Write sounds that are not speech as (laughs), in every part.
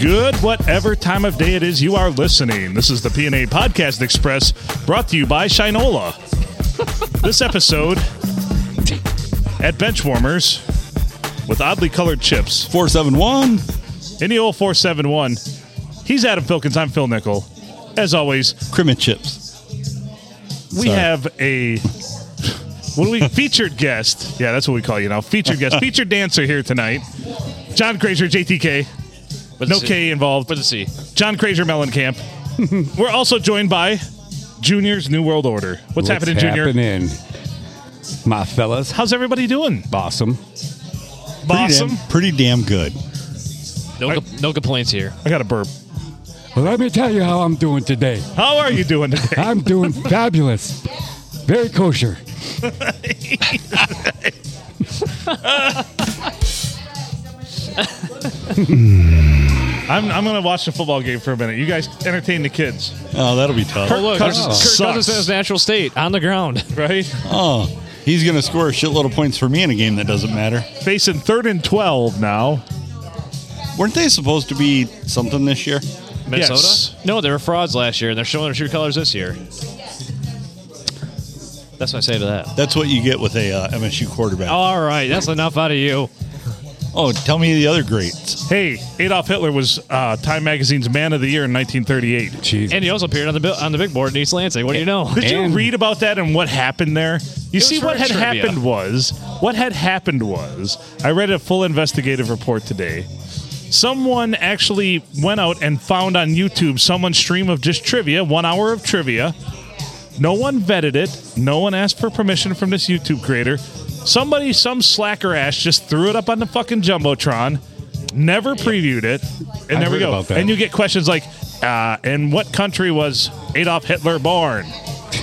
Good, whatever time of day it is you are listening. This is the PNA Podcast Express, brought to you by Shinola. this episode at Benchwarmers with oddly colored chips. E 471. In the old 471, he's Adam Filkins, I'm Phil Nickel. As always, Crim and chips. we Sorry. have a what do we featured guest? Yeah, that's what we call you now. Featured guest, featured dancer here tonight. John Crazier, JTK. No K involved. With a C. John Crazier Mellencamp. We're also joined by Junior's New World Order. What's, happening, Junior? happening? My fellas, How's everybody doing? awesome. Awesome. Pretty damn good. No, com- no complaints here. I got a burp. Well, let me tell you how I'm doing today. How are you doing (laughs) today? I'm doing fabulous. Very kosher. I'm, I'm going to watch the football game for a minute. You guys entertain the kids, Oh, that'll be tough. Oh, look, Kirk Kirk Cousins Cousins sucks. in his natural state on (laughs) the ground. right? Oh, he's going to score a shitload of points for me in a game that doesn't matter. Facing third and 12 now. Weren't they supposed to be something this year? Minnesota? Yes. No, they were frauds last year, and they're showing their true colors this year. That's what I say to that. That's what you get with a uh, MSU quarterback. Oh. All right, that's enough out of you. tell me the other greats. Hey, Adolf Hitler was uh, Time Magazine's Man of the Year in 1938. Jeez. And he also appeared on the bill- on the big board in East Lansing. What do (laughs) you know? Did And- you read about that and what happened there? You was see, what for had trivia. happened was what had happened was I read a full investigative report today. Someone actually went out and found on YouTube someone's stream of just trivia, one hour of trivia. No one vetted it. No one asked for permission from this YouTube creator. Somebody, some slacker ass, just threw it up on the fucking jumbotron. Never previewed it, and I there we heard go. about that. And you get questions like, uh, "In what country was Adolf Hitler born?"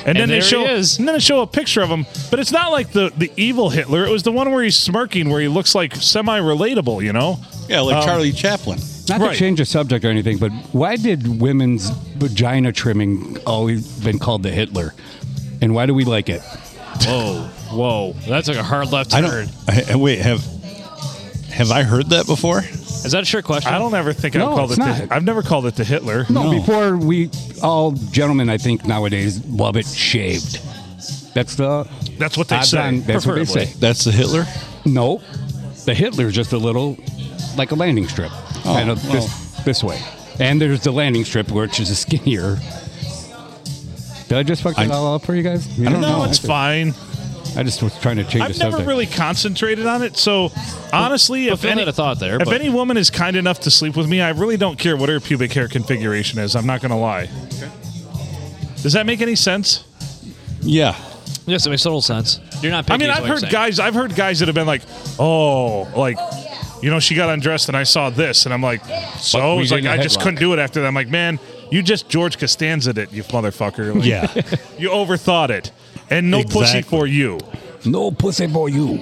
And then And they there show, he is. and then they show a picture of him. But it's not like the the evil Hitler. It was the one where he's smirking, where he looks like semi-relatable. You know, Yeah, Um, like Charlie Chaplin. Not right. to change the subject or anything, but why did women's vagina trimming always been called the Hitler? And why do we like it? Whoa, whoa, that took a hard left I turn. don't. I, I- wait, have have I heard that before? Is that a trick question? I don't ever think No, I've called it. it's To, not. I've never called it to Hitler. No, before we all gentlemen, I think nowadays love it shaved. That's the That's what they I've say, done- That's what they preferably. say. That's the Hitler. No, the Hitler's just a little like a landing strip, kind of this, this way. And there's the landing strip, which is (laughs) skinnier. Did I just fuck I- that all up for you guys? I don't No, know. it's fine. I just was trying to change the I've never subject. really concentrated on it. So honestly, But if Phil any, had a thought there. if but any woman is kind enough to sleep with me, I really don't care what her pubic hair configuration is. I'm not going to lie. Does that make any sense? Yeah. yes, it makes total sense. You're not. Picky, I mean, is I've what you're heard saying. guys, I've heard guys that have been like, "Oh, like, you know, she got undressed and I saw this," and I'm like, But "So we it's like didn't I just headlock. couldn't do it after that." I'm like, "Man, you just George Costanza it, you motherfucker. Like, Yeah. (laughs) you overthought it, and no pussy Exactly. for you." no pussy for you.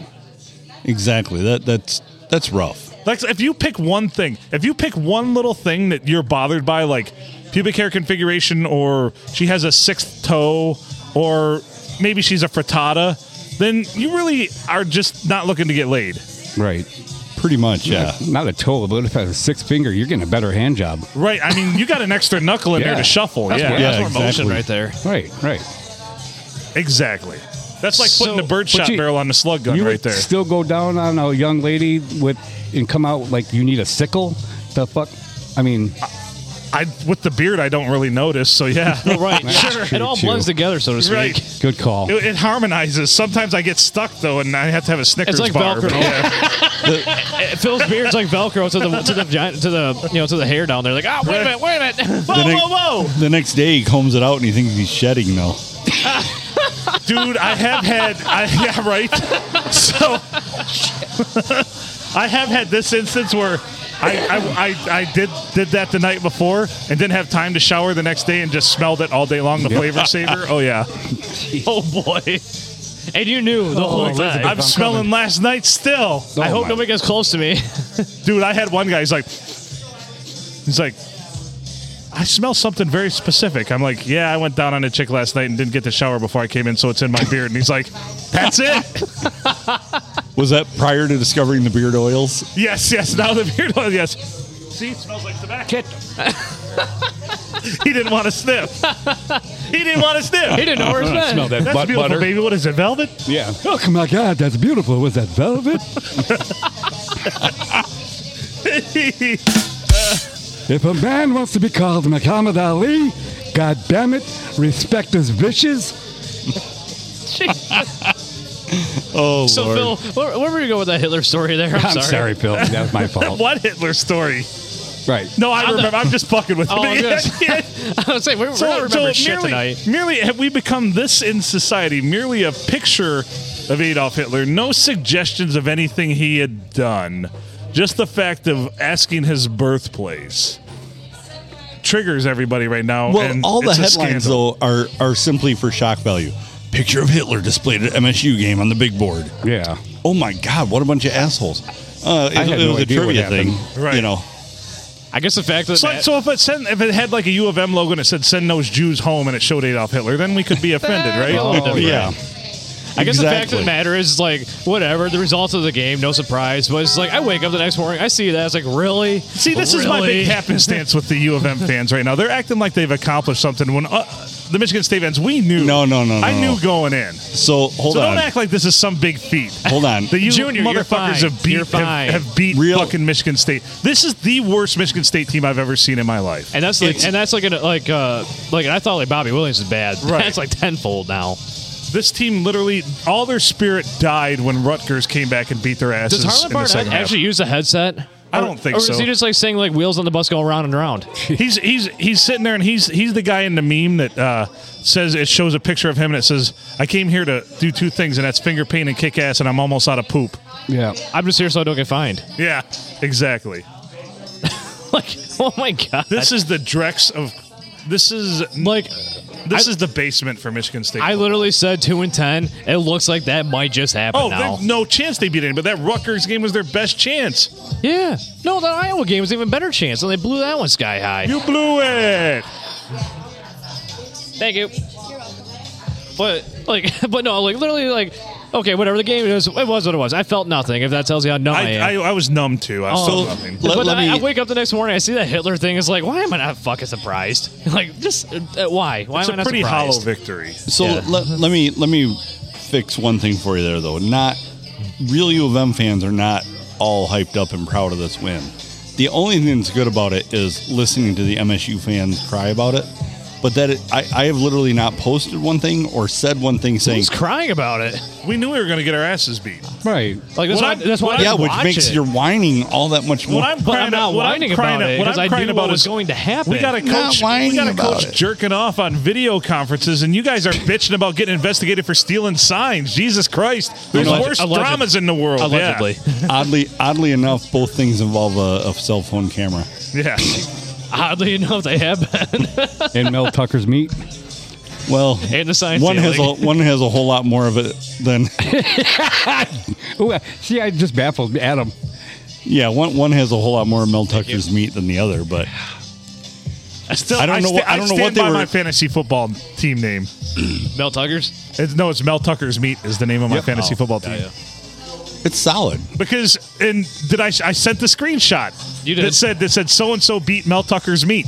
exactly. That that's that's rough. Like, if you pick one thing, if you pick one little thing that you're bothered by, like pubic hair configuration, or she has a sixth toe, or maybe she's a frittata, then you really are just not looking to get laid. Right. Pretty much. Yeah. Not a toe, but if I have a six finger, you're getting a better hand job. Right. I mean, you got an extra knuckle in there Yeah. to shuffle. That's yeah. more, Yeah, that's more motion exactly. right there. Right, right. Exactly. That's like putting So- the birdshot But you- barrel on the slug gun you right would there. still go down on a young lady with and come out like you need a sickle? The fuck? I mean, I with the beard, I don't really notice. So yeah, (laughs) Right, Sure. It all blends together, so to speak. right. good call. It, it harmonizes. Sometimes I get stuck though, and I have to have a Snickers like bar. Velcro. but yeah. Phil's beard's like Velcro to the to the giant, to the you know to the hair down there. Like, ah, wait a minute, wait a minute. whoa, The ne- whoa, (laughs) whoa, The next day he combs it out and he thinks he's shedding though. dude! I have had, I yeah, right. So I have had this instance where. I, I, I, I did did that the night before and didn't have time to shower the next day and just smelled it all day long the flavor saver oh yeah oh boy. And you knew Oh, the whole time. I'm smelling last night still. I hope my- nobody gets close to me. (laughs) Dude, I had one guy. He's like, he's like, I smell something very specific. I'm like, yeah, I went down on a chick last night and didn't get to shower before I came in, so it's in my beard. And he's like, that's (laughs) it. Was that prior to discovering the beard oils? yes, yes. Now the beard oil, yes. See, it smells like tobacco. he didn't want to sniff. He didn't want to He sniff. didn't know where it's been. Smell (laughs) that That's butt beautiful, butter. baby. What is it, velvet? (laughs) Yeah. Oh my God, that's beautiful. Was that velvet? If a man wants to be called Muhammad Ali, God damn it, respect his wishes. Oh, So Lord. Phil, where, where were you going with that Hitler story there? I'm, I'm sorry, (laughs) Phil. That was my fault. what Hitler story? Right. No, I I'm remember. I'm just fucking with Oh, him. (laughs) I'm good. (laughs) I was saying we we don't remember shit merely, tonight. merely have we become this in society? Merely a picture of Adolf Hitler, no suggestions of anything he had done, just the fact of asking his birthplace triggers everybody right now. Well, and all the it's a headlines scandal. though are are simply for shock value. Picture of Hitler displayed at MSU game on the big board. Yeah. Oh my God! What a bunch of assholes. Uh, it, I had it no was a idea what trivia thing, happened. Right. you know. I guess the fact that So, that- so if it sent, if it had like a U of M logo and it said "Send those Jews home" and it showed Adolf Hitler, then we could be offended, right? Oh, Oh, yeah, I guess the fact of Exactly. the matter is, it's like, whatever, the results of the game, no surprise. But it's like, I wake up the next morning, I see that. It's like, really? See, this is my big happenstance with the U of M fans right now. They're acting like they've accomplished something when uh, the Michigan State fans, we knew. No, no, no, I no, knew no. going in. So Oh. hold so on, don't act like this is some big feat. hold on. The U Junior, you're motherfuckers fine. have beat You're fine. Have, have beat Real- fucking Michigan State. This is the worst Michigan State team I've ever seen in my life. And that's like, It's- and that's like, an, like, uh, like, I thought like Bobby Williams is bad. (laughs) Right. That's like tenfold now. This team literally, all their spirit died when Rutgers came back and beat their asses Does Harlan in the Barnett second half. actually use a headset? I Or- don't think or so. is he just like saying like wheels on the bus go round and round? He's he's he's sitting there and he's he's the guy in the meme that uh, says it shows a picture of him and it says I came here to do two things and that's finger paint and kick ass and I'm almost out of poop. Yeah. I'm just here so I don't get fined. (laughs) Yeah, exactly. Like, oh my god, This is the Drex of this is like. this I- is the basement for Michigan State. I literally said two and ten. It looks like that might just happen oh, now. there's no chance they beat anybody. That Rutgers game was their best chance. Yeah. No, that Iowa game was an even better chance, and they blew that one sky high. You blew it. Oh, Thank you. But like, (laughs) but no, like literally, like, okay, whatever the game is, it was what it was. I felt nothing. If that tells you how numb I, I, am. I, I was numb too. I Oh, So still nothing. let, but let I, me. I wake up the next morning, I see that Hitler thing. It's like, why am I not fucking surprised? (laughs) Like, just uh, uh, why? Why It's am I a not pretty hollow surprised? victory. so let, Mm-hmm. let me let me fix one thing for you there though. Not real U of M fans are not all hyped up and proud of this win. The only thing that's good about it is listening to the MSU fans cry about it. But that it, I, I have literally not posted one thing or said one thing saying Who's crying about it? We knew we were going to get our asses beat. Right. Like that's What why. I'm- That's why. I yeah, didn't which watch makes it. your whining all that much more. What I'm (laughs) But crying I'm not about, what I'm whining crying about it what because I'm I crying knew about what was is going to happen. We got a Not coach. We whining got a about coach it. jerking off on video conferences, and you guys are bitching about getting investigated for stealing signs. Jesus Christ! There's Alleged- worse alleged- dramas in the world. Allegedly, (laughs) (laughs) oddly, oddly enough, both things involve a, a cell phone camera. Yeah. yeah. oddly enough, they have (laughs) been. And Mel Tucker's meat. Well, And the science one has a, ceiling. one has a whole lot more of it than Ooh, I- see, I just baffled me. Adam. yeah. One one has a whole lot more of Mel Tucker's meat than the other, but Still, I don't know sta- what- I don't know what stand they by were- my fantasy football team name. Mel Tuggers. It's, no, it's Mel Tucker's meat is the name of my fantasy football team. it's solid. Because and did I? I sent the screenshot. You did. That said that said so and so beat Mel Tucker's meat.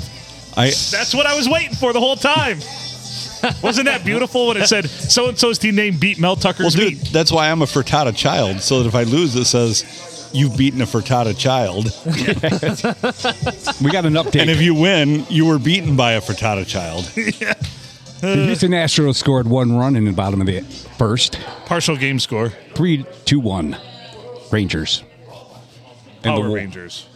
I That's what I was waiting for the whole time. Wasn't that beautiful when it said so and so's team name beat Mel well, Tucker's dude, meat? that's why I'm a frittata child. So that if I lose, it says you've beaten a frittata child, We got an update. and if you win, you were beaten by a frittata (laughs) child. the Houston Astros scored one run in the bottom of the first. Partial game score. Three, two, one. Rangers. And the Power Wolf- Rangers.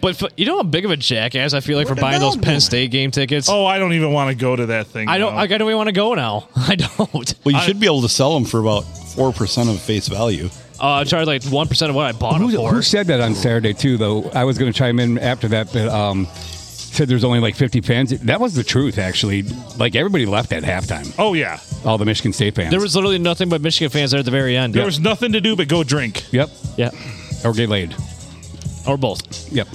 But f- you know how big of a jackass I feel like for buying those Penn State game tickets. Oh, I don't even want to go to that thing. I don't. now. I don't even want to go now. (laughs) I don't. Well, you should be able to sell them for about four percent of face value. Uh, charge like one percent of what I bought it Who, for. who said that on Saturday too? Though I was going to chime in after that, but um, said there's only like 50 fans. That was the truth, actually. Like everybody left at halftime. oh yeah, All the Michigan State fans. There was literally nothing but Michigan fans there at the very end. there was nothing to do but go drink. Yep. yeah, Or get laid. or both. Yep.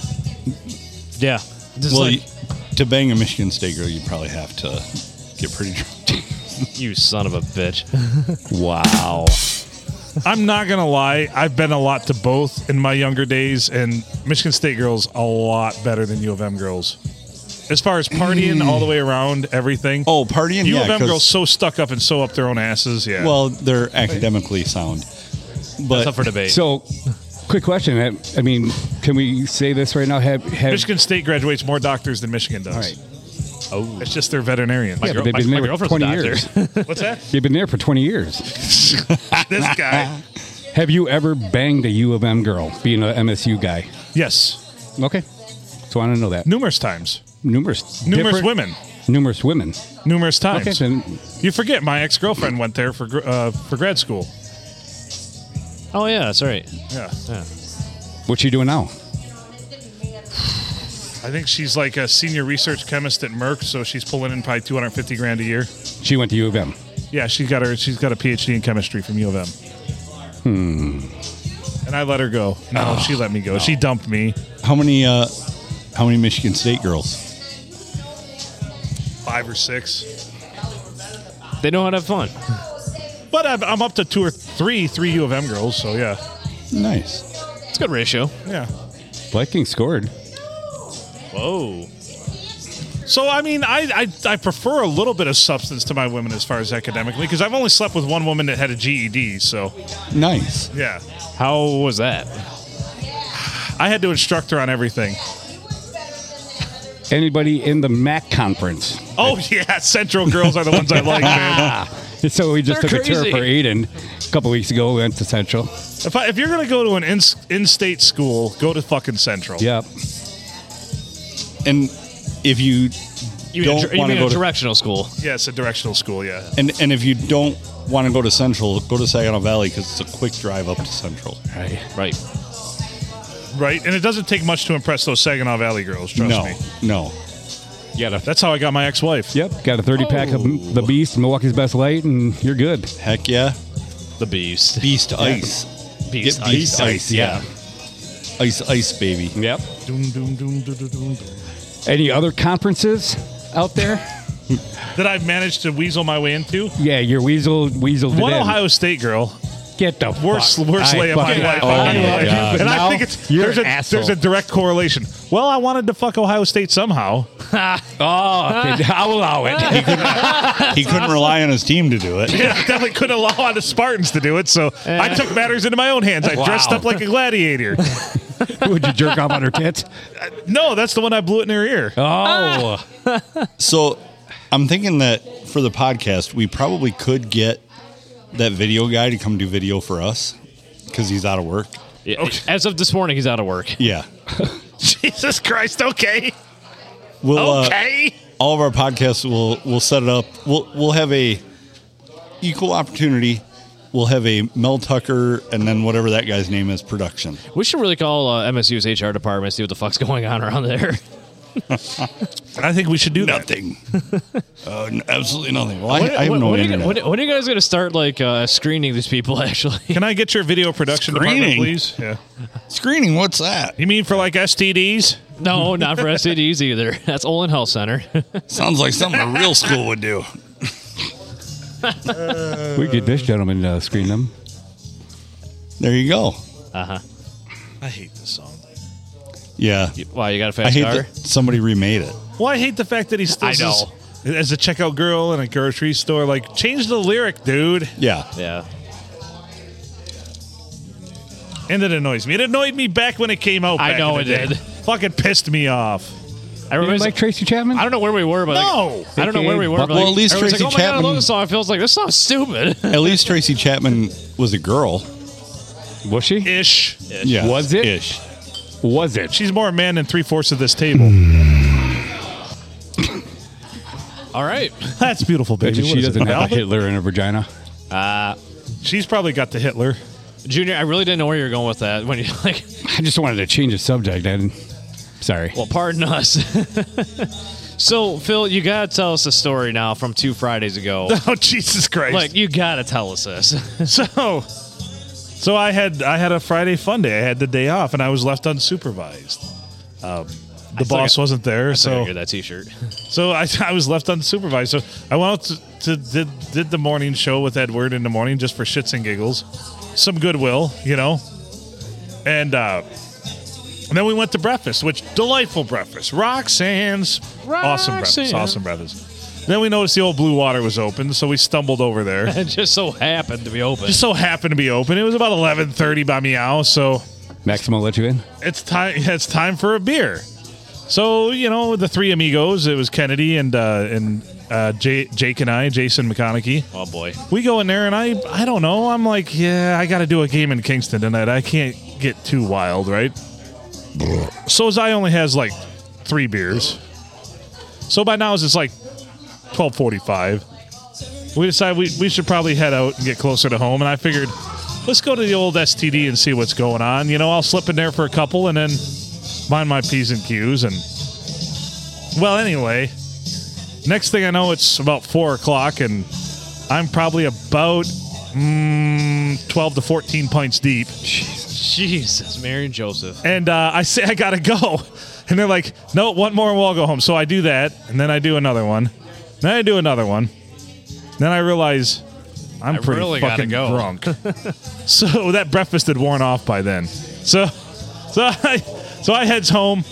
Yeah. Just Well, like- you- to bang a Michigan State girl, you probably have to get pretty (laughs) drunk. You son of a bitch. wow. I'm not gonna lie. I've been a lot to both in my younger days, and Michigan State girls a lot better than U of M girls. As far as partying all the way around, everything. Oh, partying. U of yeah, M 'cause- girls so stuck up and so up their own asses. Yeah. Well, they're academically sound, That's but up for debate. So, quick question. I, I mean, can we say this right now? Have, have Michigan State graduates more doctors than Michigan does. right. Oh, it's just their veterinarian. Yeah, but they've been my- my there for 20 girlfriend's a doctor. years. (laughs) What's that? they've been there for 20 years. (laughs) this guy. Have you ever banged a U of M girl being an MSU guy? Yes, Okay. So I want to know that. numerous times, Numerous. numerous different- women, Numerous women. numerous Okay. times. Then, You forget my ex girlfriend went there for gr- uh, for grad school. (laughs) oh, yeah, that's right. Yeah, what you doing now? I think she's like a senior research chemist at Merck, so she's pulling in probably 250 grand a year. She went to U of M. Yeah, she got her. She's got a PhD in chemistry from U of M. Hmm. And I let her go. No, she let me go. She dumped me. how many? Uh, how many Michigan State girls? Five or six. They know how to have fun. But I'm, I'm up to two or three, three U of M girls. So yeah, Nice. It's a good ratio. yeah. Black King scored. Whoa. So I mean, I, I I prefer a little bit of substance to my women as far as academically because I've only slept with one woman that had a GED. So Nice. yeah, How was that? I had to instruct her on everything. Anybody in the MAC conference? Oh (laughs) yeah, Central girls are the ones I like, (laughs) man. So we just They're took a crazy. tour for Aiden a couple weeks ago. We went to Central. If I, if you're gonna go to an in, in-state school, go to fucking Central. Yep. And if you You mean, don't a, dir- you want mean to go a to directional school? Yeah, it's a directional school. Yeah. And and if you don't want to go to Central, go to Saginaw Valley because it's a quick drive up to Central. Right. Right. And it doesn't take much to impress those Saginaw Valley girls. Trust no, me. no. Yeah. That's how I got my ex-wife. Yep. Got a 30 pack Oh. of the Beast, Milwaukee's Best Light, and you're good. Heck yeah, The beast. (laughs) Beast Ice. Beast. Get Beast Ice. Yeah. Ice Ice baby. Yep. Doom, doom, doom, doom, doom, doom. Any other conferences out there? That I've managed to weasel my way into. yeah, your weasel weasel did One in. Ohio State girl Get the Worst, fuck. worst lay of my fucking- life. Oh I my love you. God. And Now I think it's you're there's an a, asshole. there's a direct correlation. Well, I wanted to fuck Ohio State somehow. (laughs) Oh, okay, I'll allow it. (laughs) He couldn't rely on his team to do it. Yeah, I definitely couldn't allow the Spartans to do it, so I took matters into my own hands. I dressed Wow. up like a (laughs) gladiator. Would you jerk off on her tits? no, that's the one I blew it in her ear. Oh, So I'm thinking that for the podcast, we probably could get that video guy to come do video for us because he's out of work. Yeah. As of this morning, he's out of work. Yeah. Jesus Christ! Okay, We'll, uh, okay. all of our podcasts will will set it up. We'll we'll have a equal opportunity. We'll have a Mel Tucker and then whatever that guy's name is production. We should really call uh, MSU's HR department see what the fuck's going on around there. I think we should do that. (laughs) Nothing. uh, n- absolutely nothing. Well, I, (laughs) When- I have when- no when, are you, internet. when, when are you guys going to start like uh, screening these people? (laughs) Actually, Can I get your video production department, Screening? please? Yeah. Screening. What's that? You mean for like STDs? no, not for STDs either. (laughs) That's Olin Health Center. (laughs) Sounds like something a real school would do. we could this gentleman uh, screen them. There you go. I hate this song. Yeah. wow, you got a I fast hate car. that somebody remade it. Well, I hate the fact that he still I know. says, as a checkout girl in a grocery store, like change the lyric, dude. Yeah. Yeah, And it annoys me. It annoyed me back when it came out. I back know in the it day. did. Fucking pissed me off. I remember. Like Tracy Chapman? I don't know where we were, but like- No! I don't know where we were. But Well, like, at least everyone's like, Tracy oh my God, I Chapman- love this song. It feels like this song's stupid. (laughs) At least Tracy Chapman was a girl. Was she? Ish. Yeah. Was it? Ish. Was it? She's more a man than three fourths of this table. All right, (laughs) That's beautiful, Bet baby. you What she is it, doesn't have a velvet? Hitler in her vagina. She's probably got the Hitler. (laughs) Junior. I really didn't know where you were going with that. When you (laughs) like, I just wanted to change the subject. I didn't. Sorry. well, pardon us. (laughs) so, Phil, you got to tell us a story now from two Fridays ago. Oh Jesus Christ! like, you got to tell us this. (laughs) so, so I had I had a Friday fun day. I had the day off, and I was left unsupervised. Um, the still boss got- wasn't there, So so get that T-shirt. (laughs) so I, I (laughs) was left unsupervised. So I went out to, to did, did the morning show with Edward in the morning just for shits and giggles, some goodwill, you know, and uh, and then we went to breakfast, which delightful breakfast, Roxanne's, awesome breakfast, Roxanne. awesome breakfast. Then we noticed the old Blue Water was open, so we stumbled over (laughs) there. It just so happened to be open. just so happened to be open. It was about eleven thirty by meow, so Maximo let you in? it's time (laughs) it's time for a beer. So you know the three amigos. It was Kennedy and uh, and uh, J- Jake and I, Jason McConaughey. oh boy. We go in there, and I I don't know. I'm like, yeah, I got to do a game in Kingston tonight. I can't get too wild, right? So Zai only has like three beers. So by now it's like twelve forty-five. We decided we, we should probably head out and get closer to home, and I figured let's go to the old STD and see what's going on. You know, I'll slip in there for a couple and then mind my p's and q's. And well, anyway, next thing I know, it's about four o'clock, and I'm probably about mm, twelve to fourteen pints deep. Jesus, Mary and Joseph. (laughs) And uh, I say, I gotta go. (laughs) And they're like, no, one more and we'll all go home. So I do that, and then I do another one. Then I do another one. Then I realize I'm I pretty really gotta fucking go. (laughs) drunk. (laughs) so that breakfast had worn off by then. So, (laughs) so I, so I heads home,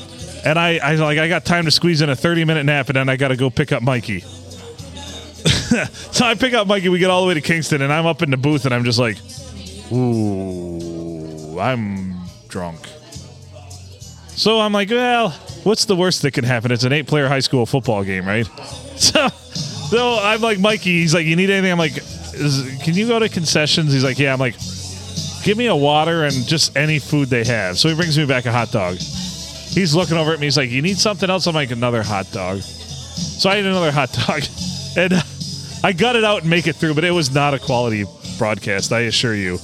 and I, I like, I got time to squeeze in a 30 minute nap, and then I gotta go pick up Mikey. (laughs) so I pick up Mikey. We get all the way to Kingston, and I'm up in the booth, and I'm just like, ooh, I'm drunk. So I'm like, well, what's the worst that can happen? It's an eight player high school football game, right? (laughs) So, so I'm like, Mikey, he's like, you need anything? I'm like, is, can you go to concessions? He's like, yeah. I'm like, give me a water and just any food they have. So he brings me back a hot dog. He's looking over at me. He's like, you need something else? I'm like, another hot dog. So I ate another hot (laughs) dog and uh, I got it out and make it through, but it was not a quality broadcast, I assure you.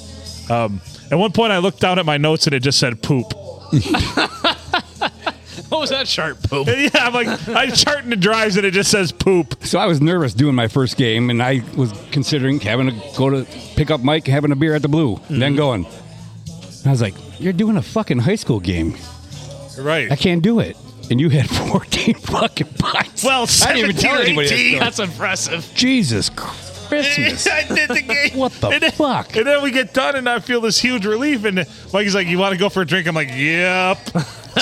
Um, at one point, I looked down at my notes and it just said poop. What was that sharp poop? And (laughs) yeah, I'm like, I'm charting the drives and it just says poop. So I was nervous doing my first game, and I was considering having to go to pick up Mike, having a beer at the Blue, Mm-hmm. and then going. And I was like, "You're doing a fucking high school game. Right. I can't do it." And you had (laughs) 14 fucking pints. Well, I didn't even 17 tell or anybody. that 18. story. That's impressive. Jesus (laughs) Christmas. I did the game. (laughs) What the and then, fuck? And then we get done, and I feel this huge relief. And Mikey's like, "You want to go for a drink?" I'm like, (laughs) "Yep."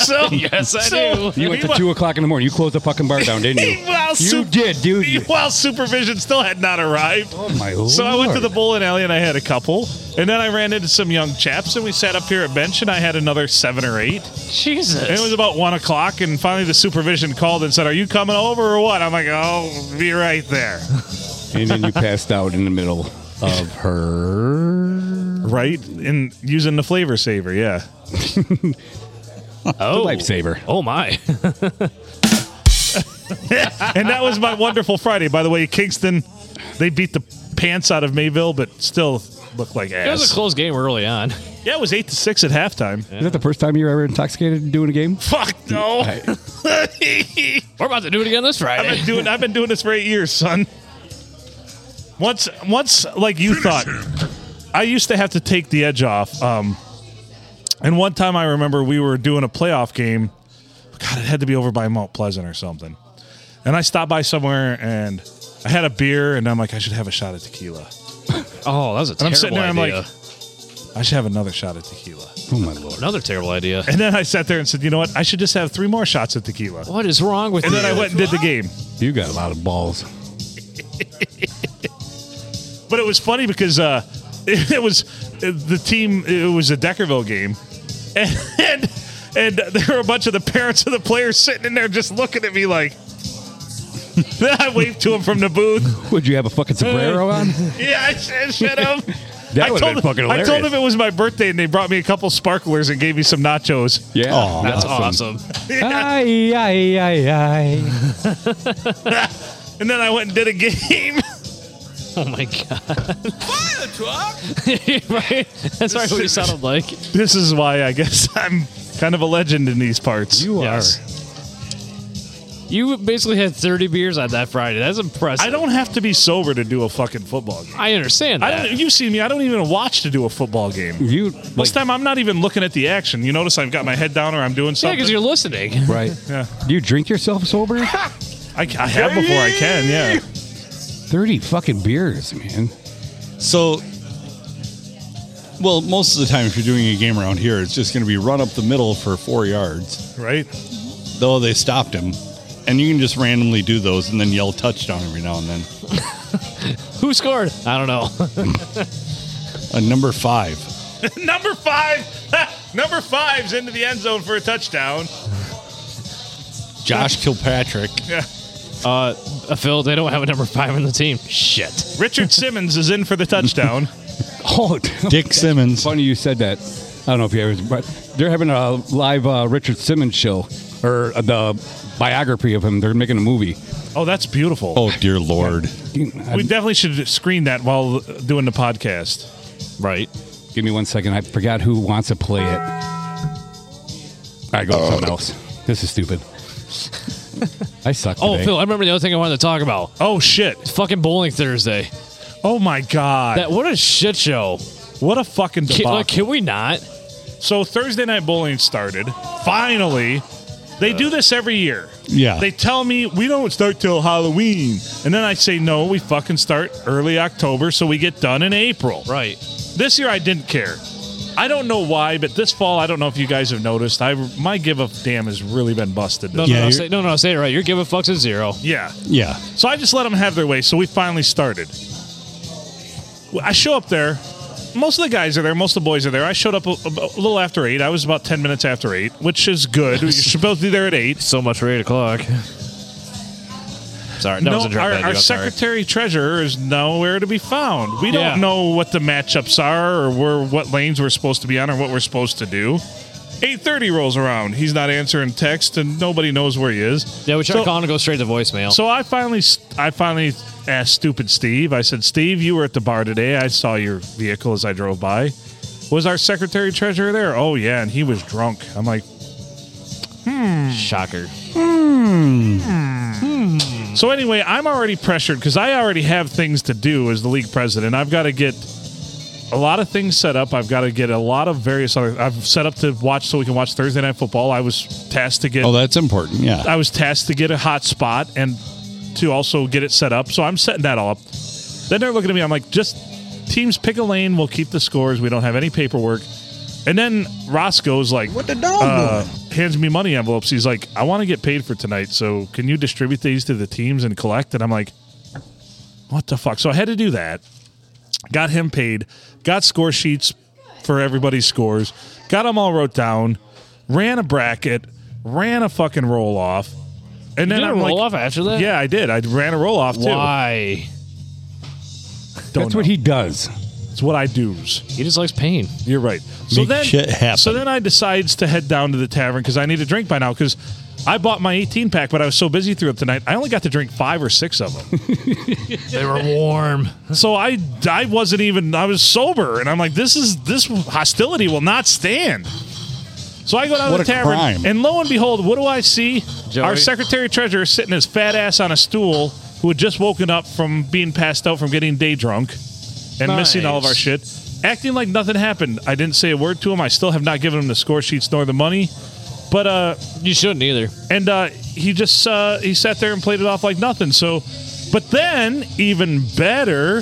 So Yes, I so do. You he went to wa- two o'clock in the morning. You closed the fucking bar down, (laughs) didn't you? While You sup- did, dude. You- While supervision still had not arrived. Oh my So I went to lord. the bowling alley and I had a couple, and then I ran into some young chaps, and we sat up here at bench, and I had another seven or eight. Jesus. And it was about one o'clock, and finally the supervision called and said, "Are you coming over or what?" I'm like, "I'll be right there." And then you passed out in the middle of her (laughs) Right? And using the flavor saver, yeah. oh. lifesaver. Oh my. (laughs) And that was my wonderful Friday. By the way, Kingston, they beat the pants out of Mayville, but still looked like It was a ass. close game early on. yeah, it was eight to six at halftime. Is that the first time you were ever intoxicated doing a game? Fuck (laughs) no. We're about to do it again this I've Friday. been doing I've been doing this for eight years, son. Once once like you thought I used to have to take the edge off. Um and one time I remember we were doing a playoff game. God, it had to be over by Mount Pleasant or something. And I stopped by somewhere and I had a beer and I'm like, I should have a shot of tequila. Oh, that was a And terrible I'm sitting there, idea. I'm like, I should have another shot of tequila. Oh my lord. Another terrible idea. And then I sat there and said, you know what? I should just have three more shots of tequila. What is wrong with And you? then I went and did the game. You got a lot of balls. But it was funny because uh, (laughs) it, was the team. It was a Deckerville game, and, (laughs) and and there were a bunch of the parents of the players sitting in there just looking at me like. (laughs) then I waved to him from the booth. (laughs) Would you have a fucking sombrero on? (laughs) Yeah, I should, should have. (laughs) That I would've told been fucking I told hilarious. him it was my birthday, and they brought me a couple sparklers and gave me some nachos. Yeah. That's awesome. Ay, ay, ay, ay. And then I went and did a (laughs) game. Oh my god. (laughs) right? That's right what you sounded (laughs) like. this is (laughs) why I guess I'm kind of a legend in these parts. You Yes. are. You basically had 30 beers on that Friday. That's impressive. I don't have to be sober to do a fucking football game. I understand I that. don't, you've seen me. I don't even watch to do a football game. You This like time I'm not even looking at the action. You notice I've got my head down or I'm doing yeah, something. because you're listening. (laughs) right? Yeah. Do you drink yourself I, sober? I have before I can. Yeah. Thirty fucking beers, man. So, well, most of the time, if you're doing a game around here, it's just going to be run up the middle for four yards. Right. Though they stopped him, and you can just randomly do those and then yell touchdown every now and then. Who scored? I don't know. (laughs) A number five. (laughs) Number five. (laughs) Number five's into the end zone for a touchdown. Josh Kilpatrick. Yeah. Uh, Phil, they don't have a number five on the team. Shit. Richard Simmons is in for the (laughs) touchdown. Oh, (laughs) damn. Dick Simmons. funny you said that. I don't know if you ever, but they're having a live uh, Richard Simmons show or uh, the biography of him. They're making a movie. Oh, that's beautiful. Oh dear lord. We definitely should screen that while doing the podcast. Right. Give me one second. I forgot who wants to play it. All right, go with Oh. something else. This is stupid. I suck. Oh, today. Phil, I remember the other thing I wanted to talk about. Oh shit. Fucking bowling Thursday. Oh my god. That what a shit show. what a fucking Can, debacle. like, can we not? So Thursday night bowling started. Finally, they do this every year. Yeah. They tell me we don't start till Halloween, and then I say no, we fucking start early October, so we get done in April. Right. This year I didn't care. I don't know why, but this fall I don't know if you guys have noticed. I my give a damn has really been busted. No, This. Yeah, no, no, you're- say, no, no, say it right. You're giving fucks a zero. Yeah. Yeah. So I just let them have their way. So we finally started. Well, I show up there. Most of the guys are there. Most of the boys are there. I showed up a, a little after eight. I was about ten minutes after eight, which is (laughs) good. You're supposed to be there at eight. So much for eight o'clock. Sorry, that was a drop our, bad our joke, sorry. secretary treasurer is nowhere to be found. We don't Yeah. know what the matchups are, or where what lanes we're supposed to be on, or what we're supposed to do. Eight thirty rolls around. He's not answering text, and nobody knows where he is. Yeah, we tried So- calling to go straight to voicemail. So I finally, I finally asked stupid Steve. I said, "Steve, you were at the bar today. I saw your vehicle as I drove by. Was our secretary treasurer there? Oh yeah, and he was drunk. I'm like, Shocker. so anyway, I'm already pressured because I already have things to do as the league president. I've got to get a lot of things set up. I've got to get a lot of various other. I've set up to watch so we can watch Thursday night football. I was tasked to get. Oh, that's important. Yeah. I was tasked to get a hot spot and to also get it set up. So I'm setting that all up. Then they're looking at me. I'm like, just teams pick a lane. We'll keep the scores. We don't have any paperwork. And then Roscoe's like, What the dog uh, doing? hands me money envelopes. He's like, I want to get paid for tonight. So can you distribute these to the teams and collect? And I'm like, what the fuck? So I had to do that. Got him paid. Got score sheets for everybody's scores. Got them all wrote down. Ran a bracket. Ran a fucking roll off. And then Did a I'm roll like, off after that? yeah, I did. I ran a roll off too. Why? Don't That's know. what he does. It's what I do's. He just likes pain. You're right. So Make then, shit happen. so then I decides to head down to the tavern because I need a drink by now because I bought my 18 pack, but I was so busy throughout the night, I only got to drink five or six of them. They were warm. so I, I wasn't even, I was sober, and I'm like, this is this hostility will not stand. So I go down What to the a tavern, crime. and lo and behold, what do I see? Joey? Our secretary treasurer sitting his fat ass on a stool, who had just woken up from being passed out from getting day drunk and missing all of our Nice. shit, acting like nothing happened. I didn't say a word to him. I still have not given him the score sheets nor the money. But uh, You shouldn't either. and uh, he just uh, he sat there and played it off like nothing. So, but then even better.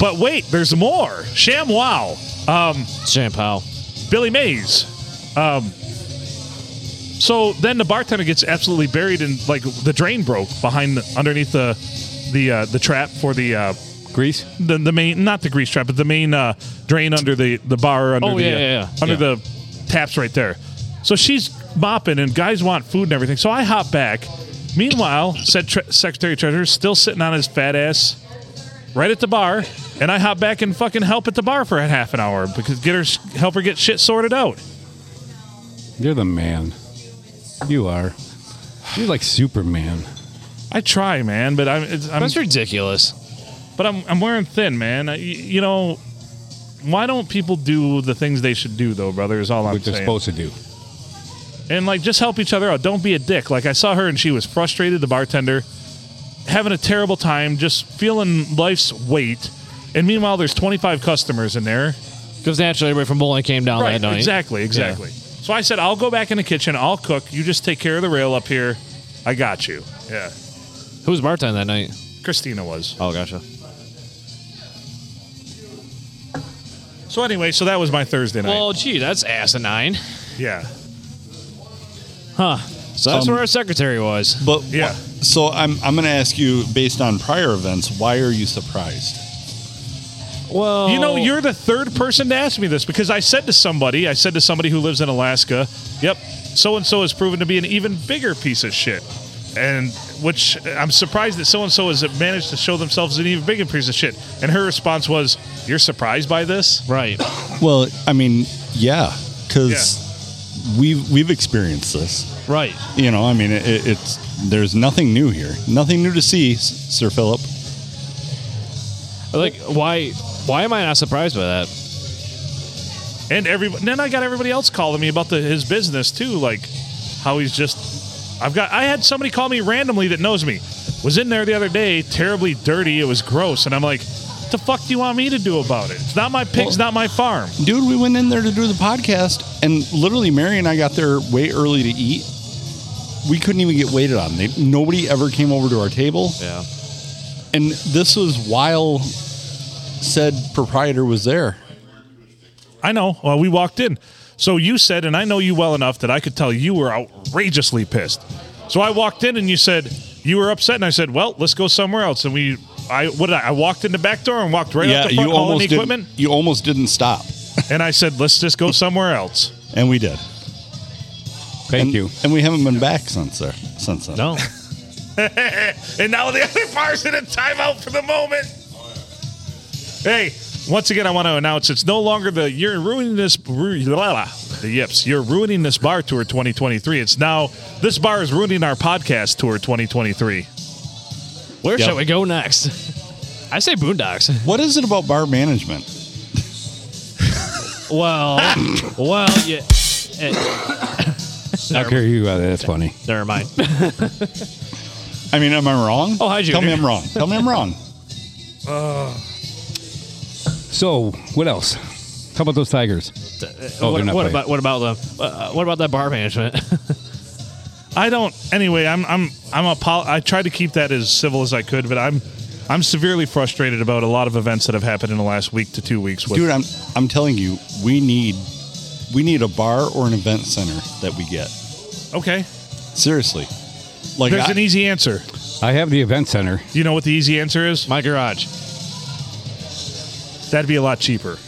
But wait, there's more. Sham Wow. Sam Powell. Billy Mays. Um, so then the bartender gets absolutely buried in like the drain broke behind underneath the the uh, the trap for the uh, Grease. the, the main not the grease trap but the main uh, drain under the the bar under Oh, the yeah, uh, yeah, yeah. under Yeah. the taps right there. So she's mopping and guys want food and everything. So I hop back. Meanwhile, said tre- secretary treasurer's still sitting on his fat ass right at the bar, and I hop back and fucking help at the bar for a half an hour because get her help her get shit sorted out. You're the man. You are. You're like Superman. I try, man, but I'm, it's, I'm That's ridiculous. but I'm I'm wearing thin, man. I, you know, why don't people do the things they should do though, brother? Is all I'm What they're saying. supposed to do. and like just help each other out. Don't be a dick. Like I saw her and she was frustrated, the bartender, having a terrible time, just feeling life's weight. And meanwhile, there's 25 customers in there. Because naturally, everybody from bowling came down that night. Exactly, exactly. So I said, I'll go back in the kitchen. I'll cook. You just take care of the rail up here. I got you. Yeah. Who was bartending that night? Christina was. Oh, gotcha. So anyway, so that was my Thursday night. Well, gee, that's asinine. yeah. Huh. So that's where our secretary was. But Yeah. yeah. So I'm I'm going to ask you based on prior events, why are you surprised? Well, You know, (coughs) you're the third person to ask me this because I said to somebody, I said to somebody who lives in Alaska, yep, so and so has proven to be an even bigger piece of shit. And which I'm surprised that so and so has managed to show themselves an even bigger piece of shit. And her response was, You're surprised by this? right. Well, I mean, yeah, because we've we've experienced this. Right. You know, I mean, it, it, it's there's nothing new here, nothing new to see, S- Sir Philip. Like, why? Why am I not surprised by that? And everybody, then I got everybody else calling me about the, his business too, like how he's just. I've got. I had somebody call me randomly that knows me. Was in there the other day, terribly dirty. It was gross, and I'm like, "What the fuck do you want me to do about it? It's not my pigs, not my farm." Dude, we went in there to do the podcast, and literally, Mary and I got there way early to eat. We couldn't even get waited on. They, nobody ever came over to our table, Yeah. and this was while said proprietor was there. I know. Well, we walked in. So you said, and I know you well enough that I could tell you were outrageously pissed. So I walked in and you said you were upset, and I said, "Well, let's go somewhere else." And we, I, what did I, I walked in the back door and walked right out the front, hauling the equipment, didn't, you almost didn't stop, and I said, "Let's just go somewhere else." and we did. Thank and, you. And we haven't been back since there. Since then. No. And now the (laughs) other bar's in a timeout for the moment. Hey, once again, I want to announce it's no longer the you're ruining this (laughs) ru- la- la- the yips. You're ruining this bar tour 2023. It's now this bar is ruining our podcast tour 2023. Where Yep. shall we go next? I say Boondocks. What is it about bar management? Well, well, yeah. Eh, I hear you. Uh, that's funny. Never mind. I mean, am I wrong? Oh, hi, Junior. Tell me I'm wrong. Tell me (laughs) I'm wrong. So, what else? How about those tigers? Oh, what, they're not what playing. about what about the uh, what about that bar management? (laughs) I don't. Anyway, I'm I'm I'm apo- I tried to keep that as civil as I could, but I'm I'm severely frustrated about a lot of events that have happened in the last week to two weeks. With Dude, I'm I'm telling you, we need we need a bar or an event center that we get. okay, Seriously. Like there's I- an easy answer. I have the event center. Do you know what the easy answer is? My garage. That'd be a lot cheaper.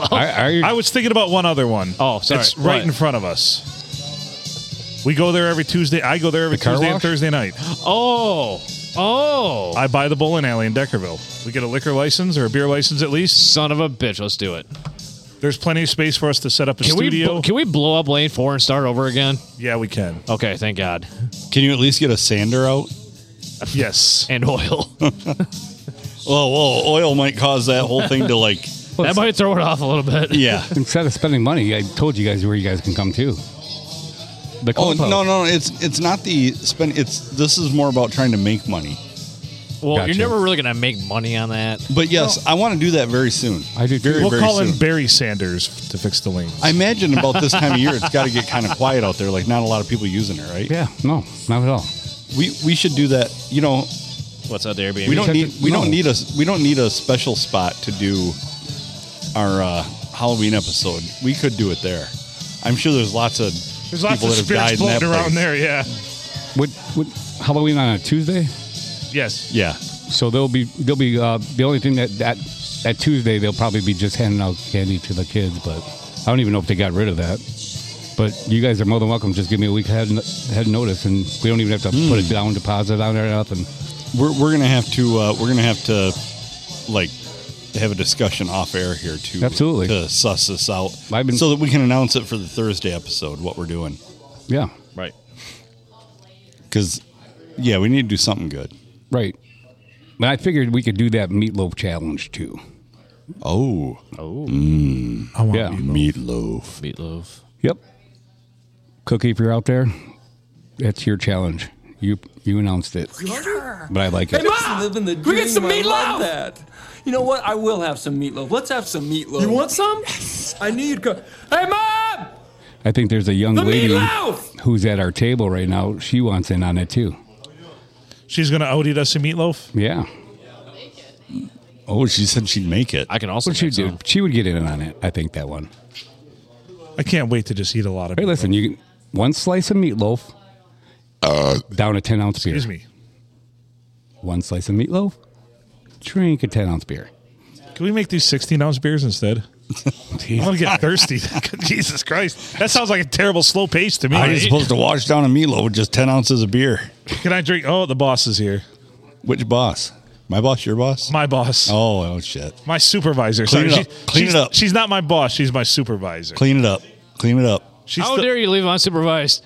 Oh. I, I, I was thinking about one other one. Oh, sorry. It's right What? in front of us. We go there every Tuesday. I go there every The car Tuesday and wash? Thursday night. Oh, oh, I buy the bowling alley in Deckerville. We get a liquor license or a beer license at least. son of a bitch! Let's do it. There's plenty of space for us to set up a Can studio. we bl- can we blow up lane four and start over again? yeah, we can. Okay, thank God. can you at least get a sander out? Yes. And oil. Oh, well, oil might cause that whole thing to like that might throw it off a little (laughs) bit. yeah. instead of spending money, I told you guys where you guys can come to. The Oh clubhouse. no, no, it's it's not the spend. It's this is more about trying to make money. Well, Gotcha. you're never really gonna make money on that. But yes, I want to do that very soon. I do too. very, We'll very call soon. in Barry Sanders to fix the lanes. I imagine about this time of year, it's got to get kind of quiet out there. Like not a lot of people using it, right? Yeah, no, not at all. We we should do that. You know, What's out there, Airbnb? we don't said need that- we no. don't need a we don't need a special spot to do our uh, Halloween episode. We could do it there. I'm sure there's lots of There's lots people of that have died spirits in that floating around place. there. Yeah. What, what Halloween on a Tuesday? Yes. Yeah, So they'll be they'll be uh, the only thing that that that Tuesday they'll probably be just handing out candy to the kids, but I don't even know if they got rid of that. But you guys are more than welcome. Just give me a week head head notice, and we don't even have to put a down deposit on there or nothing. we're we're gonna have to uh, we're gonna have to like have a discussion off air here to Absolutely. to suss this out I've been- so that we can announce it for the Thursday episode what we're doing. Yeah, Right. Because, yeah, we need to do something good. right. But I figured we could do that meatloaf challenge too. Oh, Oh, I want Yeah. meatloaf. meatloaf. Yep. Cookie, if you're out there, that's your challenge. You you announced it, but I like it. Just living the we get dream. some I love meatloaf? That. You know what? I will have some meatloaf. Let's have some meatloaf. You want some? I knew you'd go. Hey, mom! I think there's a young The lady meatloaf! who's at our table right now. She wants in on it too. She's gonna out eat us a meatloaf. Yeah, Oh, she said she'd make it. I can also. what she make some. do? She would get in on it. I think that one. I can't wait to just eat a lot of. Hey, meatloaf. listen, you can- one slice of meatloaf down a ten ounce beer. Excuse me. One slice of meatloaf, drink a ten ounce beer. Can we make these 16 ounce beers (laughs) instead? I'm gonna get thirsty. (laughs) Jesus Christ, that sounds like a terrible slow pace to me. How are you supposed to wash down a meatloaf with just 10 ounces of beer? Can I drink? Oh, the boss is here. Which boss? My boss? Your boss? My boss, Oh, oh shit. my supervisor. Clean Sorry, it up. Clean she's, it up. She's not my boss. She's my supervisor. Clean it up. Clean it up. She's How the- dare you leave unsupervised?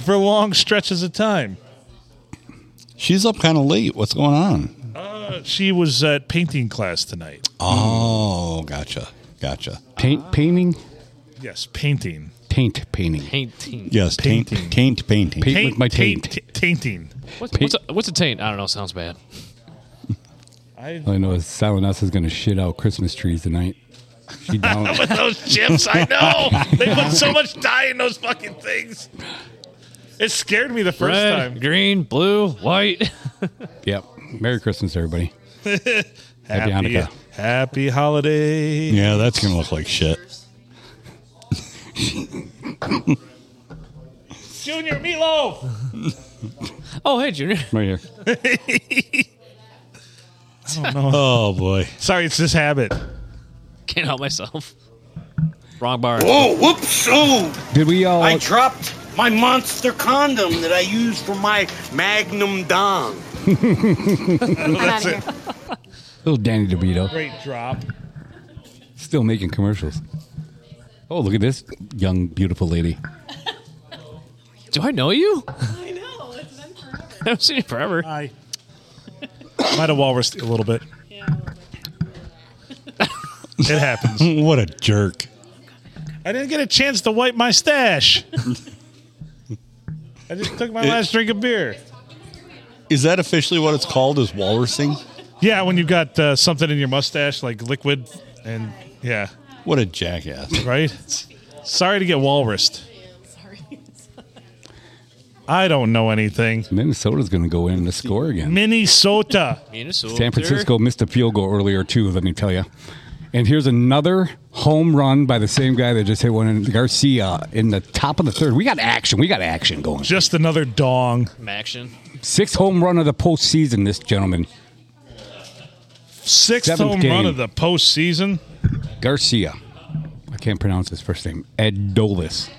for long stretches of time. She's up kind of late. What's going on? Uh, She was at painting class tonight. Oh, gotcha. Gotcha. Paint painting, Yes, painting. taint painting. Tainting. Yes, taint Painting. painting. taint painting. Paint with my taint. taint- tainting. What's, what's, a, what's a taint? I don't know. Sounds bad. I, All I know is Silent S is going to shit out Christmas trees tonight. She (laughs) down. (laughs) with those chips, I know they put so much dye in those fucking things. It scared me the first Red, time. green, blue, white. (laughs) yep. Merry Christmas, everybody. Happy Happy, Hanukkah. happy holiday. Yeah, that's going to look like shit. Junior (laughs) Meatloaf. Oh, hey, Junior. (laughs) Right here. Oh, boy. Sorry, it's this habit. Can't help myself. Wrong bar. Oh, whoops! Oh, Did we all? I dropped my monster condom that I used for my Magnum Dong. That's it. little Danny DeVito Great drop. still making commercials. Oh, look at this young, beautiful lady. Do I know you? (laughs) I know. It's been forever. I haven't seen you forever. Hi. Might have walrused you a little bit. Yeah. a little bit. It happens. What a jerk. I didn't get a chance to wipe my stash. I just took my last drink of beer. Is that officially what it's called? Is walrusing? Yeah, when you got uh, something in your mustache like liquid, and yeah, What a jackass. right. Sorry to get walrused. Sorry. I don't know anything. Minnesota's going to go in to score again. Minnesota. Minnesota. San Francisco missed a field goal earlier too. Let me tell you. And here's another home run by the same guy that just hit one in Garcia in the top of the third. We got action. We got action going. Just another dong. Action. Sixth home run of the postseason. This gentleman Sixth Seventh home run game. of the postseason. Garcia. I can't pronounce his first name. Adolis.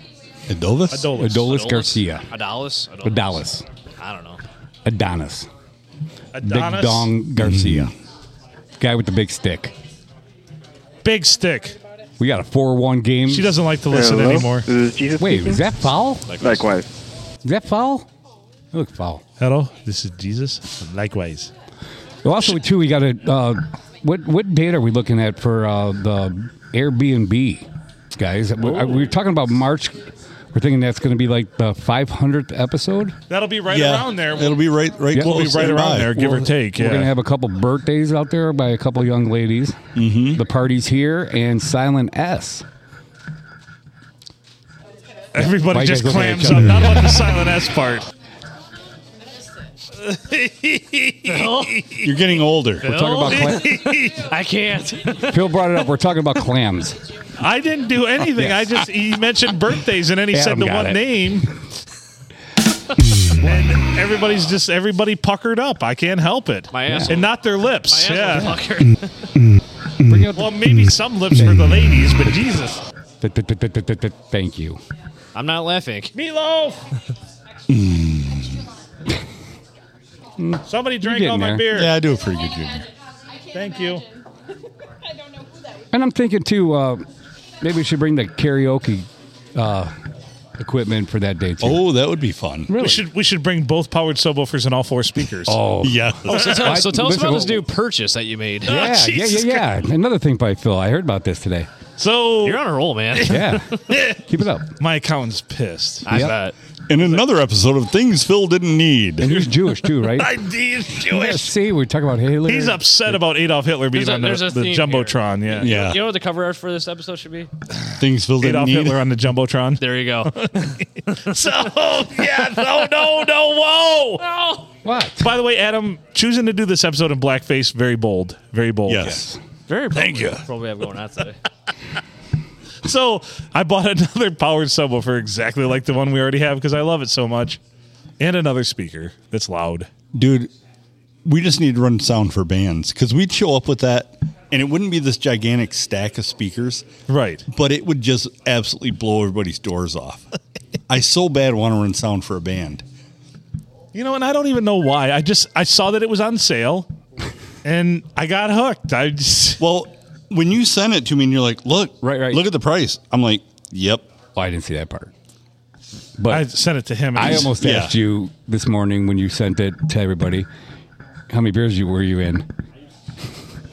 Adolis. Adovis? Adolis, Adolis? Garcia. Adolis. Adolis. Adolis. I don't know. Adonis. Adonis. Big Dong Garcia. Guy with the big stick. Big stick. We got a 4 1 game. She doesn't like to listen Hello? anymore. This is Jesus. (laughs) Wait, is that foul? Likewise. Is that foul? It looked foul. Hello, this is Jesus. Likewise. Well, also too, we got a uh, what what date are we looking at for uh, the Airbnb guys? We, uh, we were talking about March. We're thinking that's going to be like the 500th episode. That'll be right yeah. around there. It'll be right, right Yeah. It'll be close. We'll be right around by. there, give or take. We're Yeah. going to have a couple birthdays out there by a couple young ladies. Mm-hmm. The party's here and Silent S. Everybody Why you just guys looking at clams each up. other? Not about the silent S (laughs) part. You're getting older. (laughs) Talking about Oh, clam- (laughs) I can't. Phil brought it up. We're talking about clams. I didn't do anything. I just he mentioned birthdays and then he said Adam the one got it. (laughs) name. and everybody's just everybody puckered up. I can't help it. My ass. and not their lips. My yeah. (laughs) ass motherfucker. Bring out the- Well, maybe some lips for the ladies, but Jesus. th- th- th- th- th- th- th- Thank you. I'm not laughing. Meatloaf. Mm. Somebody drank getting all my there. beer. Yeah, I do a pretty good junior. I can't Thank you. imagine. (laughs) I don't know who that would And I'm thinking too. Uh, maybe we should bring the karaoke uh, equipment for that day too. Oh, that would be fun. We should we should bring both powered subwoofers and all four speakers. Oh, Yeah. So tell, so tell us listen, about this well- new purchase that you made. Ah, yeah, yeah, Jesus yeah, yeah. Another thing by Phil. I heard about this today. So (laughs) You're on a roll, man. (laughs) Yeah. Keep it up. my accountant's pissed. (laughs) I Yep. bet. In another episode of Things Phil Didn't Need. And he's Jewish too, right? I, he's Yeah, Jewish. see, we're talking about Haley. He's upset about Adolf Hitler being There's a- on the, there's a the theme jumbotron. Yeah. Yeah. You know what the cover art for this episode should be? Things Phil Didn't Adolf Need. Hitler on the (laughs) jumbotron. There you go. (laughs) so yeah, no, no, no, whoa. What? By the way, Adam choosing to do this episode in blackface, very bold, very bold. Yes. Very Thank you. probably have going on today. So I bought (laughs) another powered subwoofer exactly like the one we already have because I love it so much, and another speaker that's loud. Dude, we just need to run sound for bands because we'd show up with that and it wouldn't be this gigantic stack of speakers, Right. but it would just absolutely blow everybody's doors off. I so bad want to run sound for a band. You know, and I don't even know why. I just I saw that it was on sale, and I got hooked. I just, Well, when you sent it to me and you're like, look, Right, right. look at the price. I'm like, yep. Well, Oh, I didn't see that part. I But sent it to him. and I, he's- almost yeah. asked you this morning when you sent it to everybody, how many beers you were you in (laughs)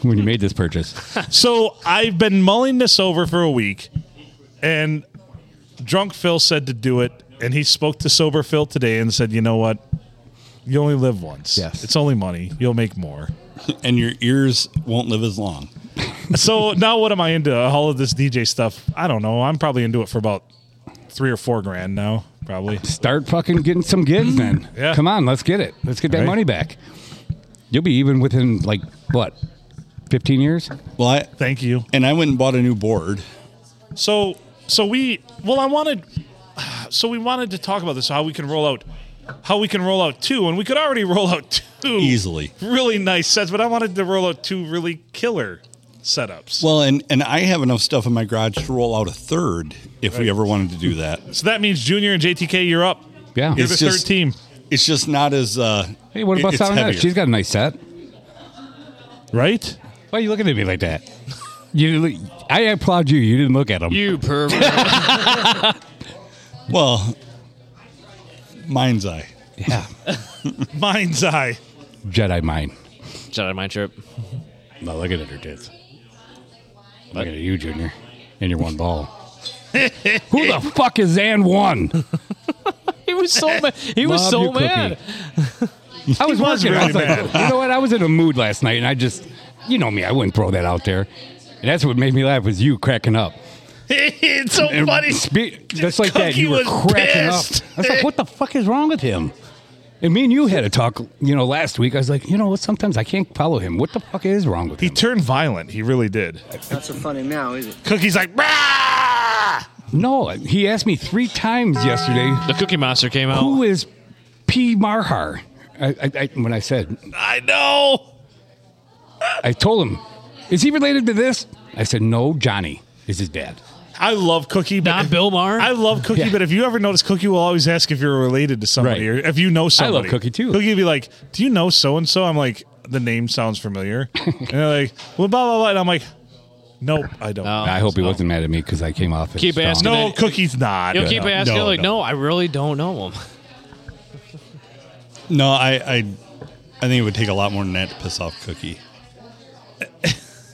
when you made this purchase? So I've been mulling this over for a week, and drunk Phil said to do it, and he spoke to sober Phil today and said, "You know what? You only live once. Yes. It's only money. You'll make more." And your ears won't live as long. so now what am I into? All of this DJ stuff. I don't know. I'm probably into it for about three or four grand now, probably. Start fucking getting some gigs then. Yeah. Come on, let's get it. Let's get that Right. money back. You'll be even within like what, fifteen years? Well, I, Thank you. and I went and bought a new board. So so we well I wanted so we wanted to talk about this how we can roll out how we can roll out two and we could already roll out two Easily. really nice sets but I wanted to roll out two really killer setups. Well, and, and I have enough stuff in my garage to roll out a third if we ever wanted to do that. so that means Junior and JTK you're up. Yeah. You're the It's third just- team. It's just not as. Uh, Hey, what it- about it's Sour heavier. She's got a nice set. Right? Why are you looking at me like that? You, I applaud you. You didn't look at him. You pervert. Well, mind's eye. yeah, Mind's eye. (laughs) Jedi mind. Jedi (laughs) mind trip. Now look at her tits. Look at you, Junior, and your one ball. Who the fuck is and one? He was so mad. He was Bob, so you cookie. mad. I was was working. I was really like, you know what? I was in a mood last night, and I just, you know me, I wouldn't throw that out there. And that's what made me laugh was you cracking up. it's so And funny. spe- just like that, Cookie you were was cracking pissed. up. I was like, what the fuck is wrong with him? And me and you had a talk, you know, last week. I was like, you know what? Sometimes I can't follow him. What the fuck is wrong with He him? turned violent. He really did. Not so funny now, is it? Cookie's like, "Rah!" No, he asked me three times yesterday The Cookie Monster came out. Who is P. Marhar? I, I, I, when I said, I know. I told him, is he related to this? I said, no, Johnny is his dad. I love Cookie, but Not Bill Maher. I love Cookie, Yeah. but if you ever notice, Cookie will always ask if you're related to somebody Right. or if you know I somebody. love Cookie, too. Cookie will be like, "Do you know so and so?" I'm like, "The name sounds (laughs) familiar," and they're like, "Well, blah blah blah," and I'm like, "Nope, I don't." No. No, I hope he wasn't mad at me because I came off. as Keep strong. asking. then- Cookie's not. You'll keep asking, no, like, no. no. I really don't know him. No, I, I, I think it would take a lot more than that to piss off Cookie.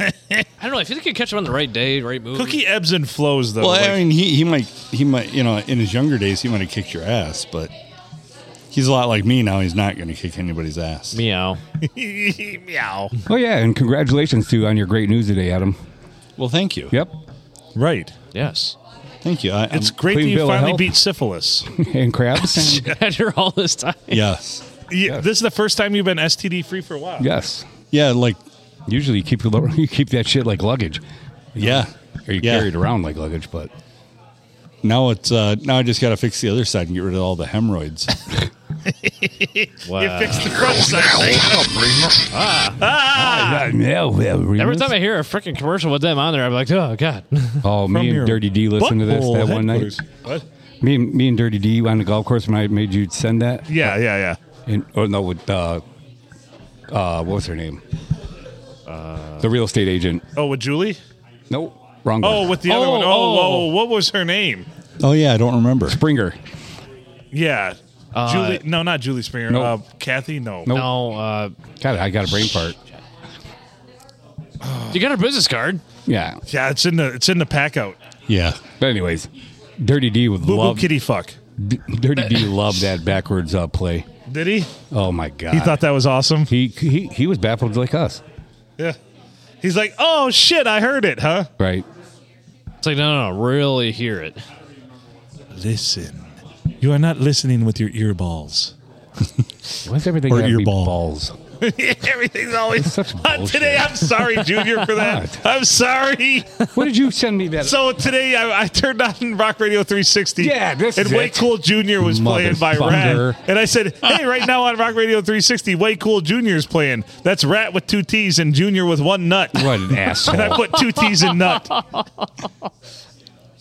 I don't know. If you think you catch him on the right day, right move. Cookie ebbs and flows though. Well, like- I mean, he, he might he might you know in his younger days he might have kicked your ass, but he's a lot like me now. He's not going to kick anybody's ass. Meow. meow. Oh, yeah. And congratulations, too, on your great news today, Adam. Well, thank you, Yep. (laughs) (laughs) Right. (laughs) Yes. (laughs) thank you. I, It's I'm- great that clean you bill of finally health. beat (laughs) syphilis. and crabs. (laughs) After all this time. yes, yeah. This is the first time you've been STD free for a while. yes. yeah, like Usually you keep, the lo- (laughs) you keep that shit like luggage. yeah, Or you Yeah. carry it around like luggage, but now it's uh, now I just got to fix the other side and get rid of all the hemorrhoids. (laughs) You Uh, fixed the front side. yeah, well, Every time I hear a freaking commercial with them on there, I'm like, oh, God. (laughs) oh, me your and Dirty D listened to this Butthole that one night. headquarters. What? Me and me and Dirty D on the golf course when I made you send that. Yeah, yeah, yeah. And oh no, with uh, uh, what was her name? Uh, the real estate agent. Oh, with Julie? Nope, wrong. Oh, one. with the other Oh, one. Oh, oh. oh, what was her name? oh yeah, I don't remember. Springer. Yeah. Julie, no, not Julie Springer. Uh, Nope. Uh, Kathy, no. Nope. No, uh, God, I got a brain fart. You got our business card. Yeah. Yeah, it's in the it's in the pack out. Yeah. But anyways, Dirty D would Boo boo love kitty fuck. D- Dirty D loved that backwards uh, play. Did he? Oh my god. He thought that was awesome. he he he was baffled like us, Yeah. He's like, oh shit, I heard it, huh? right? It's like, no, no, no, really hear it. (laughs) Listen. You are not listening with your earballs. Why's everything Or gotta ear be ball. balls? (laughs) Everything's always (laughs) Such Uh, today. bullshit. I'm sorry, Junior, for (laughs) that. I'm sorry. What did you send me (laughs) that? So today I, I turned on Rock Radio 360. Yeah, this and is Way it. Cool Junior was playing by Rat, Motherfucker. and I said, "Hey, right now on Rock Radio 360, Way Cool Junior is playing. That's Rat with two T's and Junior with one nut." (laughs) what an And I asshole! put two T's in nut.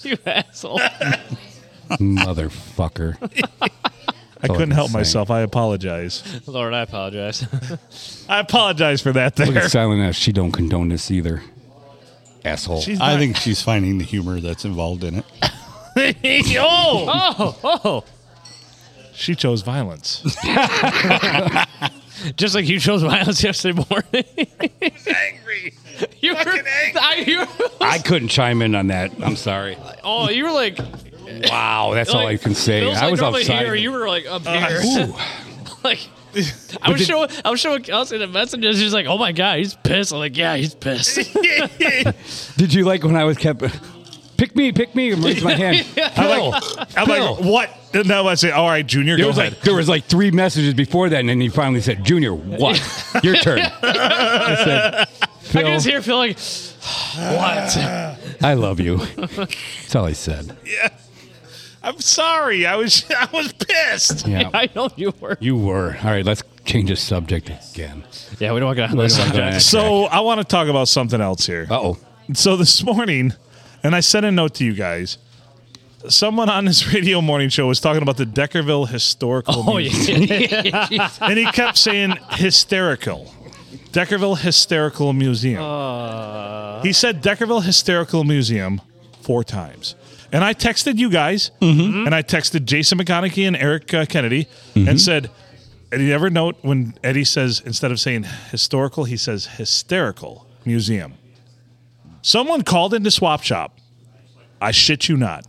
You asshole. (laughs) Motherfucker. I couldn't help Oh, insane. myself. I apologize. Lord, I apologize. (laughs) I apologize for that. There, (laughs) Look at Silent S. She don't condone this either. Asshole. She's I not- think she's finding the humor that's involved in it. oh, oh, oh. she chose violence. (laughs) Just like you chose violence (laughs) yesterday morning. (laughs) Angry. you were, Fucking angry. I, you were, I couldn't chime in on that. I'm sorry. oh, you were like, Wow, that's all I like, can say. Bill's I like was normally outside. Here, you were like Oh, up here. Ooh, (laughs) like I was did- showing I was showing Kelsey the message and she's like, Oh my god, he's pissed. I'm like, Yeah, he's pissed. did you like when I was kept? Pick me, pick me, and raise (laughs) my hand. I'm like, (laughs) I'm like, what? And now I say, all right, Junior, There go was ahead. like there was like three messages before that, and then he finally said, "Junior, what? Your turn." I said, I "Phil, can just hear Phil like (sighs) what? I love you. That's all I said. I'm sorry. I was (laughs) I was pissed. Yeah. (laughs) I know you were. you were. All right, let's change the subject again. Yeah, we don't want to get on this. So I want to talk about something else here. Uh oh. So this morning, and I sent a note to you guys. Someone on this (laughs) radio morning show was talking about the Deckerville historical, (laughs) Oh Museum. yeah. and he kept (laughs) saying hysterical, Deckerville Hysterical Museum. he said Deckerville Hysterical Museum four times, and I texted you guys, Mm-hmm. and I texted Jason McConaughey and Eric uh, Kennedy, and said, "Did you ever note when Eddie says instead of saying historical, he says hysterical museum?" Someone called into Swap Shop. I shit you not.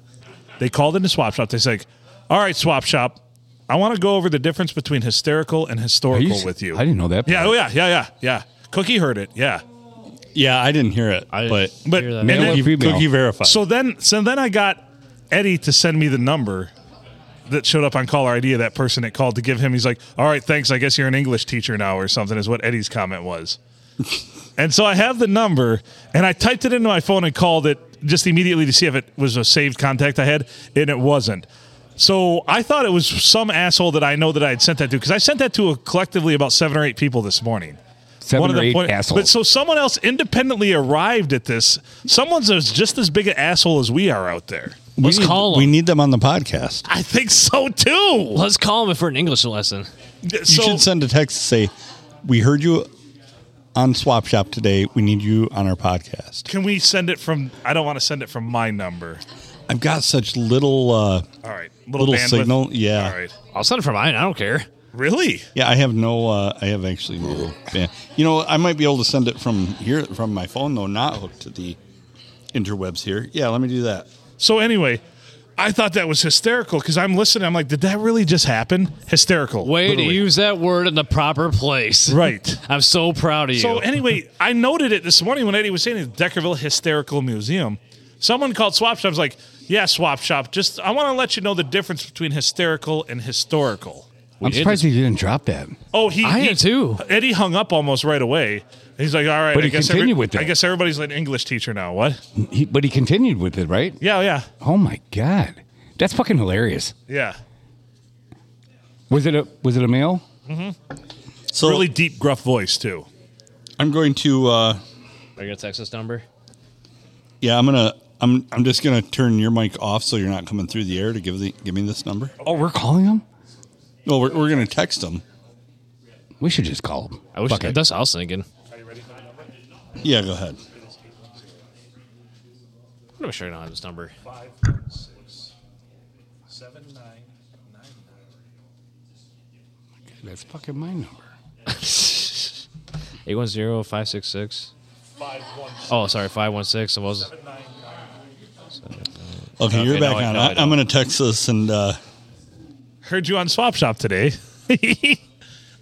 They called into Swap Shop. They said, "All right, Swap Shop, I want to go over the difference between hysterical and historical s- with you." I didn't know that. Yeah, part. oh yeah, yeah, yeah, yeah. Cookie heard it. Yeah. Yeah, I didn't hear it, but But Hear that. and Male then- or cookie, female? cookie verified. uh, so then so then I got Eddie to send me the number that showed up on caller ID of that person that called to give him. He's like, "All right, thanks. I guess you're an English teacher now or something." Is what Eddie's comment was. and so I have the number and I typed it into my phone and called it just immediately to see if it was a saved contact I had, and it wasn't. So I thought it was some asshole that I know that I had sent that to because I sent that to a, collectively about seven or eight people this morning Seven or eight point- assholes. But so someone else independently arrived at this. Someone's as- just as big an asshole as we are out there. Let's we, call him. we need them on the podcast. I think so too. Let's call him for an English lesson. You So should send a text to say, "We heard you on Swap Shop today. We need you on our podcast." can we send it from? I don't want to send it from my number. I've got such little. Uh, All right, little, Little bandwidth. signal, yeah. All right, I'll send it for mine. I don't care. really? yeah, I have no. Uh, I have actually no. ban- You know, I might be able to send it from here from my phone though, not hooked to the interwebs here. Yeah, let me do that. So anyway, I thought that was hysterical because I'm listening. I'm like, did that really just happen? Hysterical. Way literally. to use that word in the proper place. Right. I'm so proud of (laughs) you. So anyway, I noted it this morning when Eddie was saying it, Deckerville Hysterical Museum. Someone called Swap Shop. I was like, "Yeah, Swap Shop. Just I want to let you know the difference between hysterical and historical." I'm surprised he didn't drop that. Oh, he I he- am too. Eddie hung up almost right away. He's like, "All right, But I he guess continued with it. I guess everybody's an English teacher now. What? He, but he continued with it, right? Yeah, yeah, Oh my god, that's fucking hilarious. yeah. Was it a was it a male? So really deep, gruff voice too. I'm going to. Uh, Are you gonna text this number? yeah, I'm gonna. I'm. I'm just gonna turn your mic off so you're not coming through the air to give the give me this number. Oh, we're calling him. No, we're, we're gonna text them. We should just call him. I wish Fuck it. that's what I was thinking. Yeah, go ahead. I'm not sure I don't have this number. Five, six, seven, nine, nine, nine. That's fucking my number. 810-566. Oh, sorry, five one six. It was Okay, you're Okay, back now I- on. now I I, I'm going to text this and uh, Heard you on Swap Shop today. (laughs)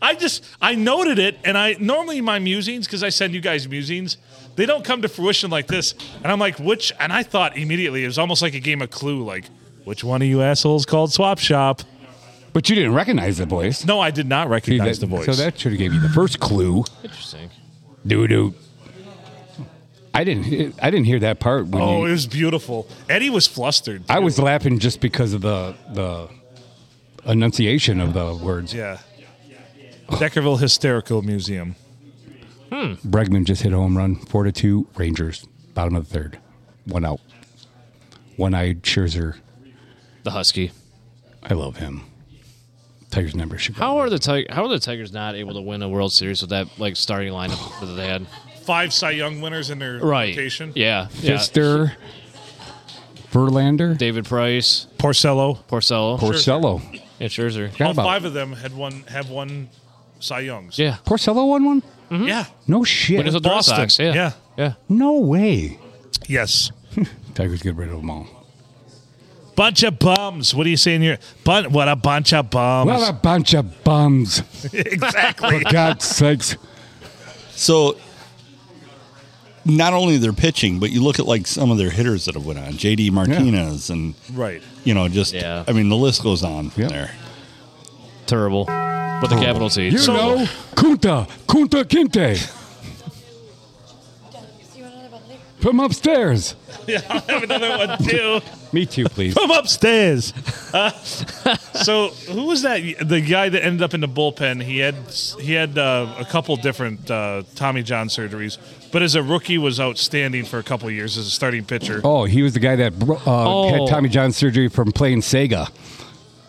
I just I noted it, and I normally my musings because I send you guys musings. They don't come to fruition like this, and I'm like, which? And I thought immediately it was almost like a game of Clue, like which one of you assholes called Swap Shop? But you didn't recognize the voice. No, I did not See, recognize that- the voice. So that should have gave you the first clue. interesting. Doo doo. I didn't. he- I didn't hear that part. When oh, you, it was beautiful. Eddie was flustered. I too. was laughing just because of the the enunciation of the words. yeah. Deckerville Hysterical Museum. Bregman just hit a home run, four to two. Rangers, bottom of the third, one out. One-eyed Scherzer. The Husky. I love him. Tigers number should go. How are the Tig- How are the Tigers not able to win a World Series with that like starting lineup that they had? Five Cy Young winners in their Right. rotation. Yeah. yeah. Fister, Verlander, David Price, Porcello. Porcello, Porcello. and Scherzer. Forgot All about- five of them had one have one Cy Youngs. Yeah. Porcello won one. Mm-hmm. Yeah. No shit. Minnesota Red Boston. Sox. Yeah. Yeah. Yeah. No way. Yes. Tigers get rid of them all. Bunch of bums. What are you saying here? Bun- what a bunch of bums. What (laughs) a bunch of bums. (laughs) exactly. (laughs) God's sakes. so. Not only their pitching, but you look at like some of their hitters that have went on, JD Martinez, and right. you know, just Yeah. I mean, the list goes on from Yep. there. Terrible. With the capital T. You So- know, Kunta, Kunta Kinte You want another bottle there? from upstairs. (laughs) Have another one too. Me too, please. Come upstairs. Uh, (laughs) so who was that? The guy that ended up in the bullpen. He had he had uh, a couple different uh, Tommy John surgeries, but as a rookie was outstanding for a couple years as a starting pitcher. (laughs) Oh, he was the guy that bro- uh, Oh. had Tommy John surgery from playing Sega.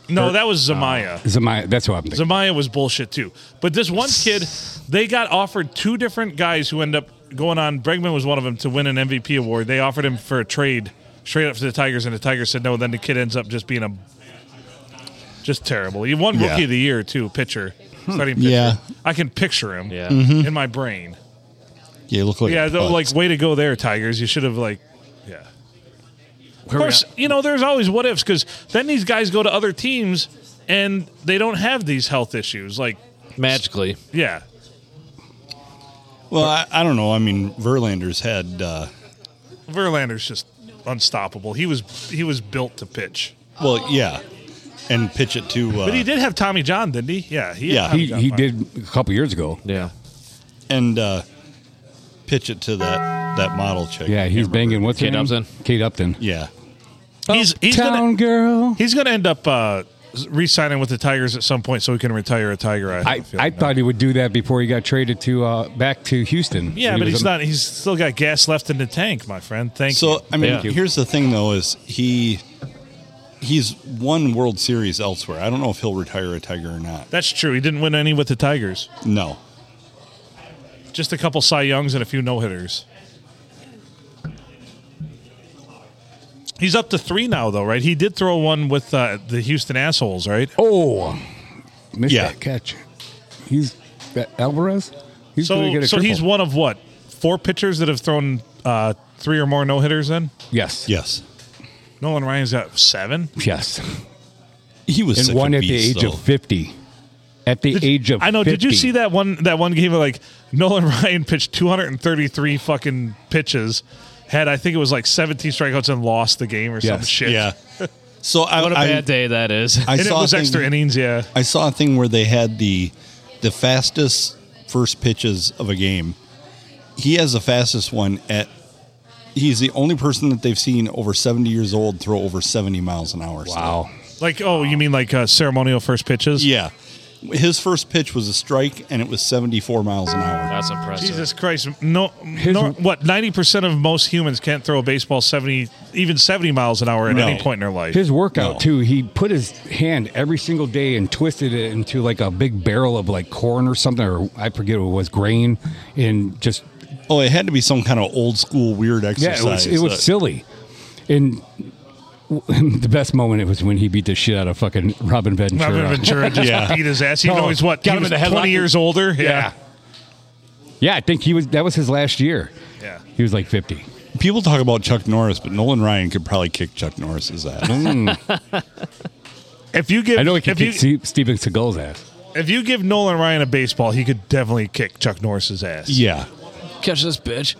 no, that was Zamaya. Zamaya, that's what I'm thinking. Zamaya was bullshit too. But this one kid, they got offered two different guys who end up going on. Bregman was one of them to win an MVP award. They offered him for a trade straight up to the Tigers, and the Tigers said no. Then the kid ends up just being a just terrible. He won Rookie Yeah. Hmm. of the Year too, pitcher, starting pitcher. Yeah. I can picture him Yeah. in my brain. Yeah, you look like Yeah, a though, putz. like way to go there, Tigers. You should have like, yeah. Of course, you know there's always what ifs because then these guys go to other teams and they don't have these health issues. Like, Magically. yeah, Well, I, I don't know. I mean, Verlander's had uh, Verlander's just unstoppable. He was he was built to pitch, well, yeah, and pitch it to. Uh, but he did have Tommy John, didn't he? Yeah, he had Yeah. Tommy He, John he fine. did a couple years ago. Yeah. and uh, pitch it to that that model chick. Yeah, he's banging. What's her Kate name? Upton. Kate Upton. Yeah, He's he's Town gonna, girl. he's gonna end up uh, re-signing with the Tigers at some point, so he can retire a Tiger. I, have a I, feeling. I thought he would do that before he got traded to uh, back to Houston. Yeah, When he but was he's on- not. He's still got gas left in the tank, my friend. Thank you. So I mean, Thank you. here's the thing though: is he he's won World Series elsewhere. I don't know if he'll retire a Tiger or not. That's true. He didn't win any with the Tigers. No, Just a couple Cy Youngs and a few no hitters. He's up to three now, though, right? He did throw one with uh, the Houston assholes, right? Oh, missed Yeah. that catch. He's that Alvarez. He's so going to get a so triple. he's one of what four pitchers that have thrown uh, three or more no hitters. Then yes, yes, Nolan Ryan's got seven. yes, he was and such one a at the beast, age though. of fifty. At the age of I know. Did you 50. see that one? That one game of like Nolan (laughs) Ryan pitched 233 fucking pitches, had I think it was like 17 strikeouts and lost the game or some Yes. shit. Yeah. So I, What a I- bad day that is. I and it saw a was thing- extra innings. Yeah, I saw a thing where they had the the fastest first pitches of a game. He has the fastest one at. He's the only person that they've seen over 70 years old throw over 70 miles an hour. Wow. like oh, you mean like uh, ceremonial first pitches? Yeah. His first pitch was a strike, and it was 74 miles an hour. That's impressive. Jesus Christ! No, no what? Ninety percent of most humans can't throw a baseball seventy, even seventy miles an hour at No. any point in their life. His workout No. too. He put his hand every single day and twisted it into like a big barrel of like corn or something, or I forget what it was, grain, and just Oh, it had to be some kind of old school weird yeah, exercise. Uh, it was, it was that- silly. And (laughs) w- the best moment it was when he beat the shit out of fucking Robin Ventura. Robin Ventura just Yeah. beat his ass. Even No, though he's what? got he him was in the headlock. Twenty years older. Yeah. Yeah, I think he was. That was his last year. Yeah. He was like 50. People talk about Chuck Norris, but Nolan Ryan could probably kick Chuck Norris's (laughs) ass. Mm. If you give I know he could if you, kick Steve, Steven Seagal's ass. if you give Nolan Ryan a baseball, he could definitely kick Chuck Norris's ass. yeah. Catch this bitch.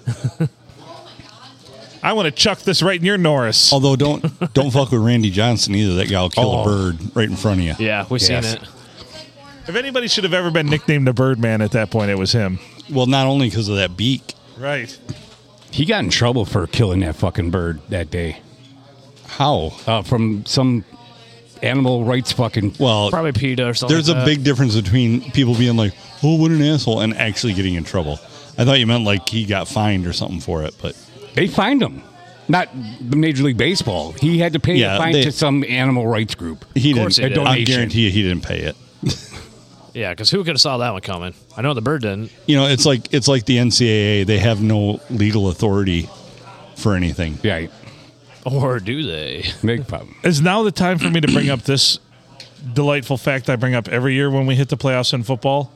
I want to chuck this right in your Norris. Although don't don't fuck with Randy Johnson either. That guy'll kill Oh. a bird right in front of you. Yeah, we've Yes. seen it. If anybody should have ever been nicknamed the Birdman at that point, it was him. Well, not only because of that beak. Right. He got in trouble for killing that fucking bird that day How? Oh uh, from some animal rights fucking. Well, Probably PETA or something. there's like a that. big difference between people being like, "Oh, what an asshole," and actually getting in trouble. I thought you meant like he got fined or something for it, but They fined him. Not the Major League Baseball. He had to pay Yeah, a fine they- to some animal rights group. he Of course didn't. he did. I guarantee you, he didn't pay it. Yeah, because who could have saw that one coming? I know the bird didn't. You know, it's like it's like the NCAA. They have no legal authority for anything. Yeah, Or do they? big problem. Is now the time for me to bring up this delightful fact I bring up every year when we hit the playoffs in football?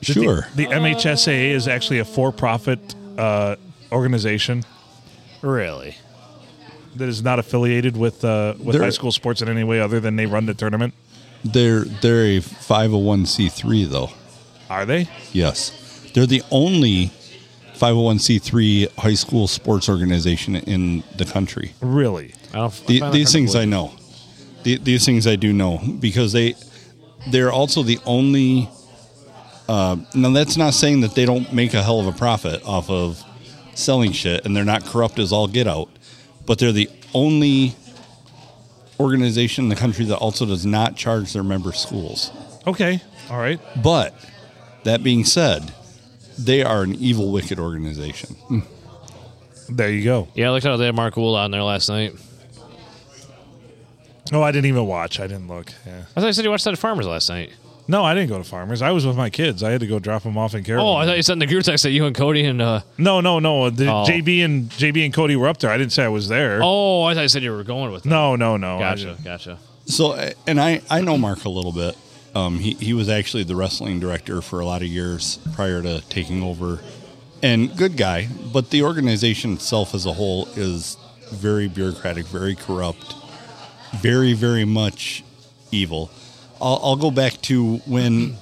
that the- Sure. The, MHSAA is actually a for-profit uh, organization Really? that is not affiliated with uh, with They're- high school sports in any way other than they run the tournament. They're they're a 501c3 though. Are they? Yes. They're the only 501c3 high school sports organization in the country. Really? I don't. I The, find that these hard to things I believe. know. The, these things I do know because they they're also the only. Uh, now that's not saying that they don't make a hell of a profit off of selling shit, and they're not corrupt as all get out. But they're the only organization in the country that also does not charge their member schools. Okay. All right. But that being said, they are an evil, wicked organization. There you go. Yeah, I looked how they had Mark Wool on there last night. No, Oh, I didn't even watch. I didn't look. Yeah. I thought you said you watched that at Farmers last night. No, I didn't go to farmers. I was with my kids. I had to go drop them off in Carroll. Oh, I thought you said in the group text that you and Cody and. uh no, no, no. The Oh. JB and JB and Cody were up there. I didn't say I was there. Oh, I thought you said you were going with. Them. No, no, no. I Gotcha, didn't. gotcha. So, and I, I know Mark a little bit. Um, he, he was actually the wrestling director for a lot of years prior to taking over. And good guy, but the organization itself as a whole is very bureaucratic, very corrupt, very, very much evil. I'll, I'll go back to when,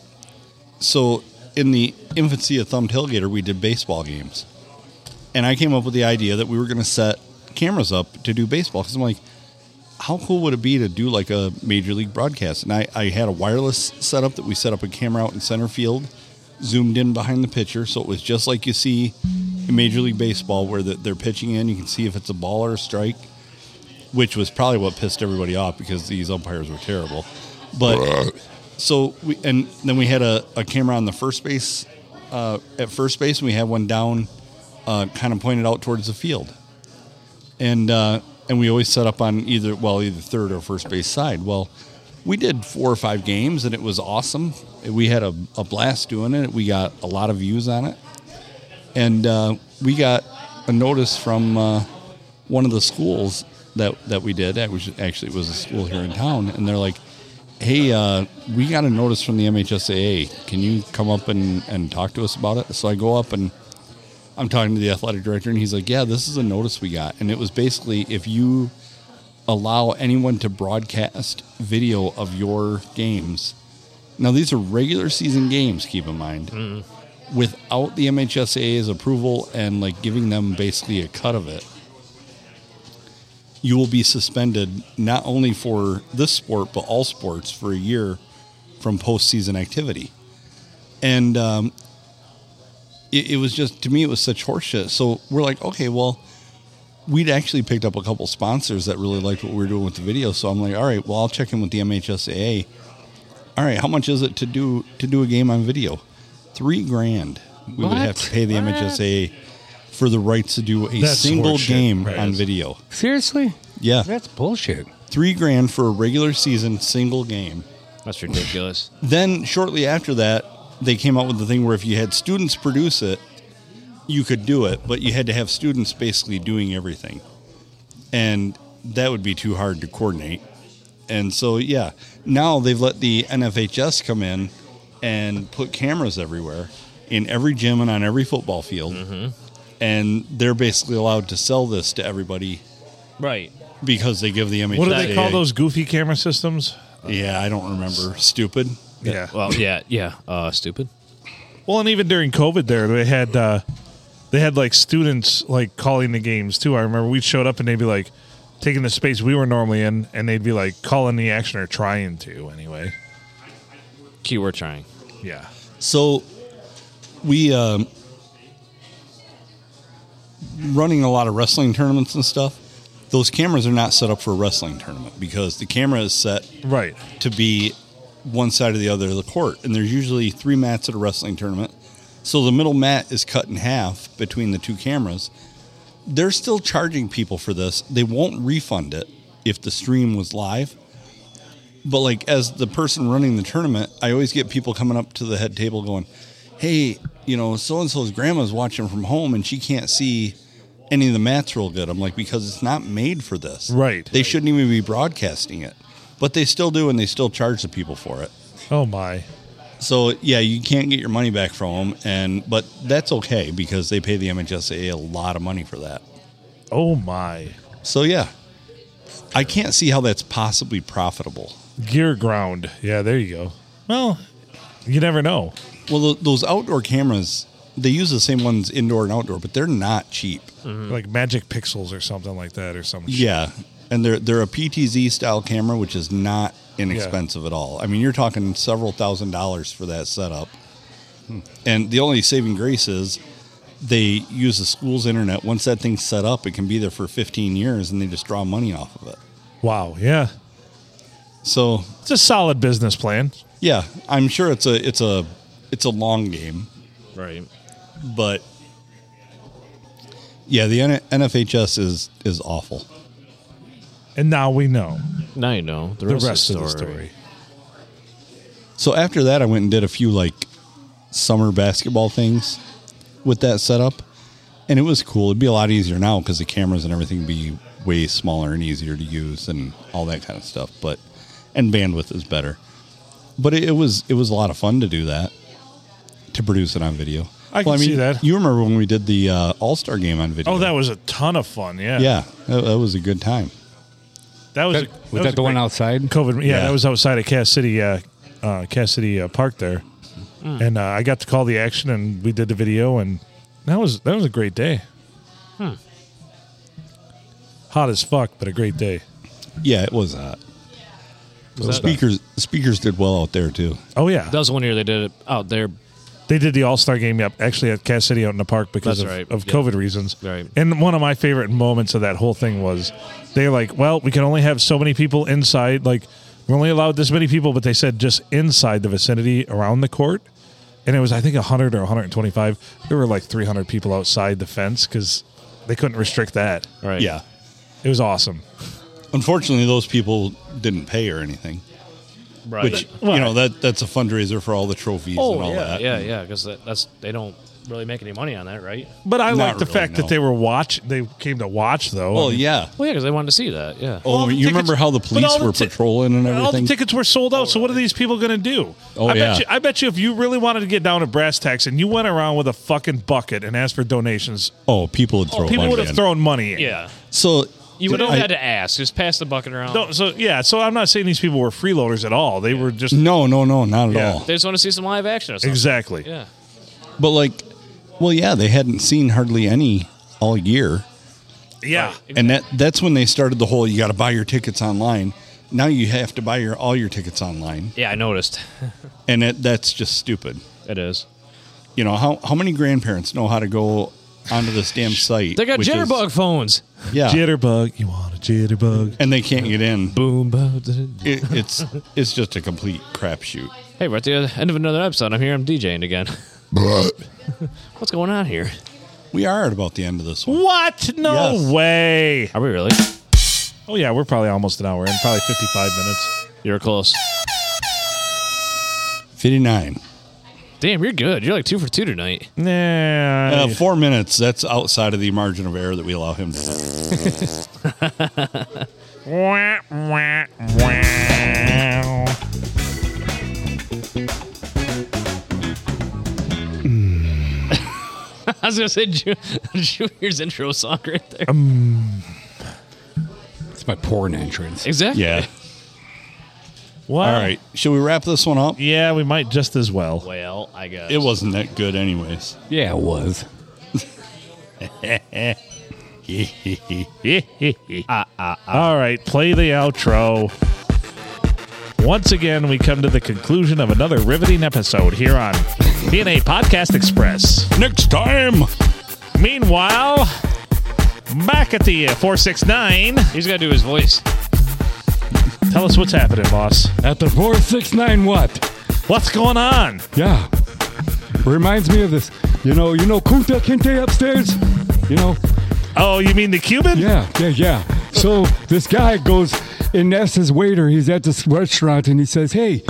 so in the infancy of Thumbed Tailgater, we did baseball games. And I came up with the idea that we were going to set cameras up to do baseball because I'm like, how cool would it be to do like a major league broadcast? And I, I had a wireless setup that we set up a camera out in center field, zoomed in behind the pitcher. So it was just like you see in Major League Baseball where the, they're pitching in. You can see if it's a ball or a strike, which was probably what pissed everybody off because these umpires were terrible. But so, we, and then we had a, a camera on the first base, uh, at first base, and we had one down, uh, kind of pointed out towards the field and uh, and we always set up on either well either third or first base side. Well, we did four or five games and it was awesome. We had a, a blast doing it. We got a lot of views on it, and uh, we got a notice from uh, one of the schools that that we did. That was actually it was a school here in town, and they're like. Hey, uh, we got a notice from the MHSAA. Can you come up and, and talk to us about it? So I go up and I'm talking to the athletic director, and he's like, "Yeah, this is a notice we got, and it was basically if you allow anyone to broadcast video of your games. Now these are regular season games. Keep in mind, without the MHSAA's approval and like giving them basically a cut of it, you will be suspended not only for this sport but all sports for a year from postseason activity." And um, it, it was just to me it was such horseshit. So we're like, okay, well, we'd actually picked up a couple sponsors that really liked what we were doing with the video. So I'm like, all right, well, I'll check in with the MHSAA. All right, how much is it to do to do a game on video? Three grand. We would have to pay the MHSAA for the rights to do a That's single horseshit, game right. on video. Seriously? Yeah, That's bullshit. three grand for a regular season single game. That's ridiculous. Then shortly after that, they came out with the thing where if you had students produce it, you could do it, but you had to have students basically doing everything. And that would be too hard to coordinate. And so yeah, now they've let the NFHS come in and put cameras everywhere in every gym and on every football field, and they're basically allowed to sell this to everybody Right. because they give the MHSAA. What do they call those goofy camera systems? Yeah, I don't remember. Stupid. Yeah. Well, yeah, yeah. Uh, stupid. Well, and even during COVID, there they had uh, they had like students like calling the games too. I remember we showed up and they'd be like taking the space we were normally in, and they'd be like calling the action or trying to anyway. Keyword trying. Yeah. So we um, running a lot of wrestling tournaments and stuff. Those cameras are not set up for a wrestling tournament because the camera is set Right. to be one side or the other of the court, and there's usually three mats at a wrestling tournament. So the middle mat is cut in half between the two cameras. They're still charging people for this. They won't refund it if the stream was live. But like as the person running the tournament, I always get people coming up to the head table going, "Hey, you know, so and so's grandma's watching from home and she can't see any of the mats real good." I'm like, because it's not made for this. Right. They shouldn't even be broadcasting it, but they still do, and they still charge the people for it. Oh my. So yeah, you can't get your money back from them, and but that's okay because they pay the MHSAA a lot of money for that. Oh my. So yeah, I can't see how that's possibly profitable. Gear ground. Yeah. There you go. Well, you never know. Well, th- those outdoor cameras, they use the same ones indoor and outdoor, but they're not cheap. Like magic pixels or something like that or something. Yeah, and they're they're a PTZ style camera, which is not inexpensive at all. I mean, you're talking several thousand dollars for that setup. And the only saving grace is they use the school's internet. Once that thing's set up, it can be there for 15 years, and they just draw money off of it. Wow. Yeah. So It's a solid business plan. yeah, I'm sure it's a it's a it's a long game. Right. but yeah, the N- NFHS is is awful. And now we know Now you know the the rest, rest of, the story. story. So after that, I went and did a few like summer basketball things with that setup, and it was cool. It'd be a lot easier now because the cameras and everything be way smaller and easier to use and all that kind of stuff. But and bandwidth is better. But it, it was it was a lot of fun to do that to produce it on video. I can see that. You remember when we did the uh, All Star game on video? Oh, that was a ton of fun. Yeah. yeah, that, that was a good time. That was. That, a, that was was a that the one great- outside? COVID. Yeah, Yeah. that was outside of Cass City, uh, uh, Cass City uh, Park there, and uh, I got to call the action, and we did the video, and that was that was a great day. Hot as fuck, but a great day. Yeah, it was hot. that- speakers speakers did well out there too. Oh yeah, That was the one year they did it out there. they did the All Star game. Yep, actually at Cass City out in the park because That's of, right, of yeah. COVID reasons. Right. And one of my favorite moments of that whole thing was they like, well, we can only have so many people inside. Like we're only allowed this many people, but they said just inside the vicinity around the court. And it was I think 100 or 125. There were like 300 people outside the fence because they couldn't restrict that. Right. Yeah. It was awesome. Unfortunately, those people didn't pay or anything, Right. Oh, which you know that that's a fundraiser for all the trophies Oh, and all yeah, that. yeah, yeah. Because that, that's they don't really make any money on that, right? But I Not like the really, fact no. that they were watch. They came to watch though. Well, yeah. Well, yeah, because they wanted to see that. Yeah. Oh, All the you tickets- remember how the but police all the were ti- patrolling and All the everything? tickets were sold out. So what are these people going to do? Oh, I yeah. bet you, I bet you if you really wanted to get down to brass tacks and you went around with a fucking bucket and asked for donations, oh, people would throw. people money would have in. thrown money. In. yeah. So You would have I- had to ask. Just pass the bucket around. No, so yeah, so I'm not saying these people were freeloaders at all. They were just No, no, no, not at Yeah. all. They just want to see some live action or something. exactly. Yeah. But like, well, yeah, they hadn't seen hardly any all year. Yeah. and that that's when they started the whole you got to buy your tickets online now you have to buy your all your tickets online Yeah, I noticed. (laughs) and it, that's just stupid It is. you know how, how many grandparents know how to go onto this damn site They got which is- jitterbug phones. yeah Jitterbug, you want a jitterbug? and they can't get in Boom, boom. it, it's it's just a complete crapshoot Hey, we're at the end of another episode. I'm here. I'm DJing again. (laughs) What's going on here? we are at about the end of this one What? No Yes. way. Are we really? Oh yeah, we're probably almost an hour in, probably 55 minutes. You're close. 59 Damn, you're good. You're like two for two tonight. (laughs) Nah. uh, four minutes that's outside of the margin of error that we allow him to Wah, wah, wah. was gonna say (laughs) Ju- Junior's intro song right there. Um, It's my porn entrance. exactly. Yeah. What? All right. Should we wrap this one up? Yeah, we might just as well. Well, I guess It wasn't that good, anyways. Yeah, it was. (laughs) All right, play the outro. Once again, we come to the conclusion of another riveting episode here on DNA Podcast Express. Next time. Meanwhile, back at the uh, 469, he's gotta do his voice. tell us what's happening, boss. At the 469 what? What's going on? Yeah. Reminds me of this. You know, you know Kunta Kinte upstairs? You know? Oh, you mean the Cuban? Yeah, yeah, yeah. So this guy goes and asks his waiter, he's at this restaurant, and he says, Hey,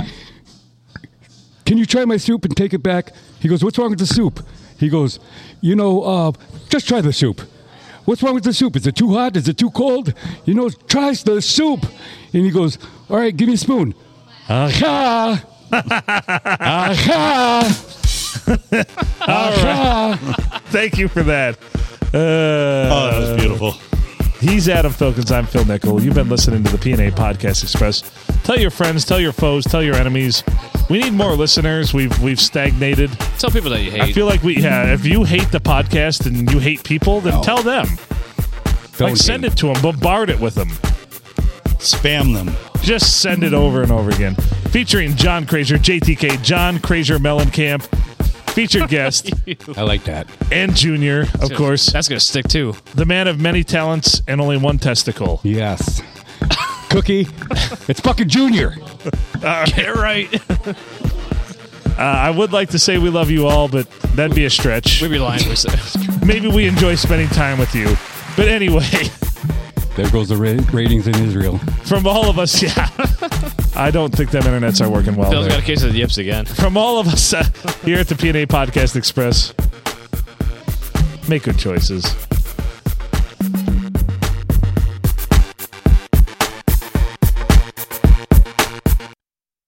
can you try my soup and take it back? He goes, What's wrong with the soup? He goes, You know, uh, just try the soup. What's wrong with the soup? Is it too hot? Is it too cold? You know, try the soup. And he goes, All right, give me a spoon. (laughs) Aha! Aha! Aha! (laughs) Thank you for that. Uh, Oh, that was beautiful. He's Adam Filkins. I'm Phil Nickel. You've been listening to the PNA Podcast Express. Tell your friends, tell your foes, tell your enemies. We need more listeners. We've we've stagnated. Tell people that you hate. I feel like we yeah. If you hate the podcast and you hate people, then tell them. Like Don't send it to them. Bombard it with them. Spam them. Just send it over and over again. Featuring John Crazier, JTK, John Crazier Mellencamp, featured guest, I like that. and Junior, of course, That's gonna stick (laughs) too. the man of many talents and only one testicle. Yes. Cookie, it's fucking Junior. Yeah, right. I would like to say we love you all, but that'd be a stretch. We'd be lying. if we said- Maybe we enjoy spending time with you. But anyway, (laughs) There goes the ra- ratings in Israel. from all of us, yeah. (laughs) I don't think them internets are working well. Phil's there. got a case of the yips again. From all of us uh, here at the PNA Podcast Express, make good choices.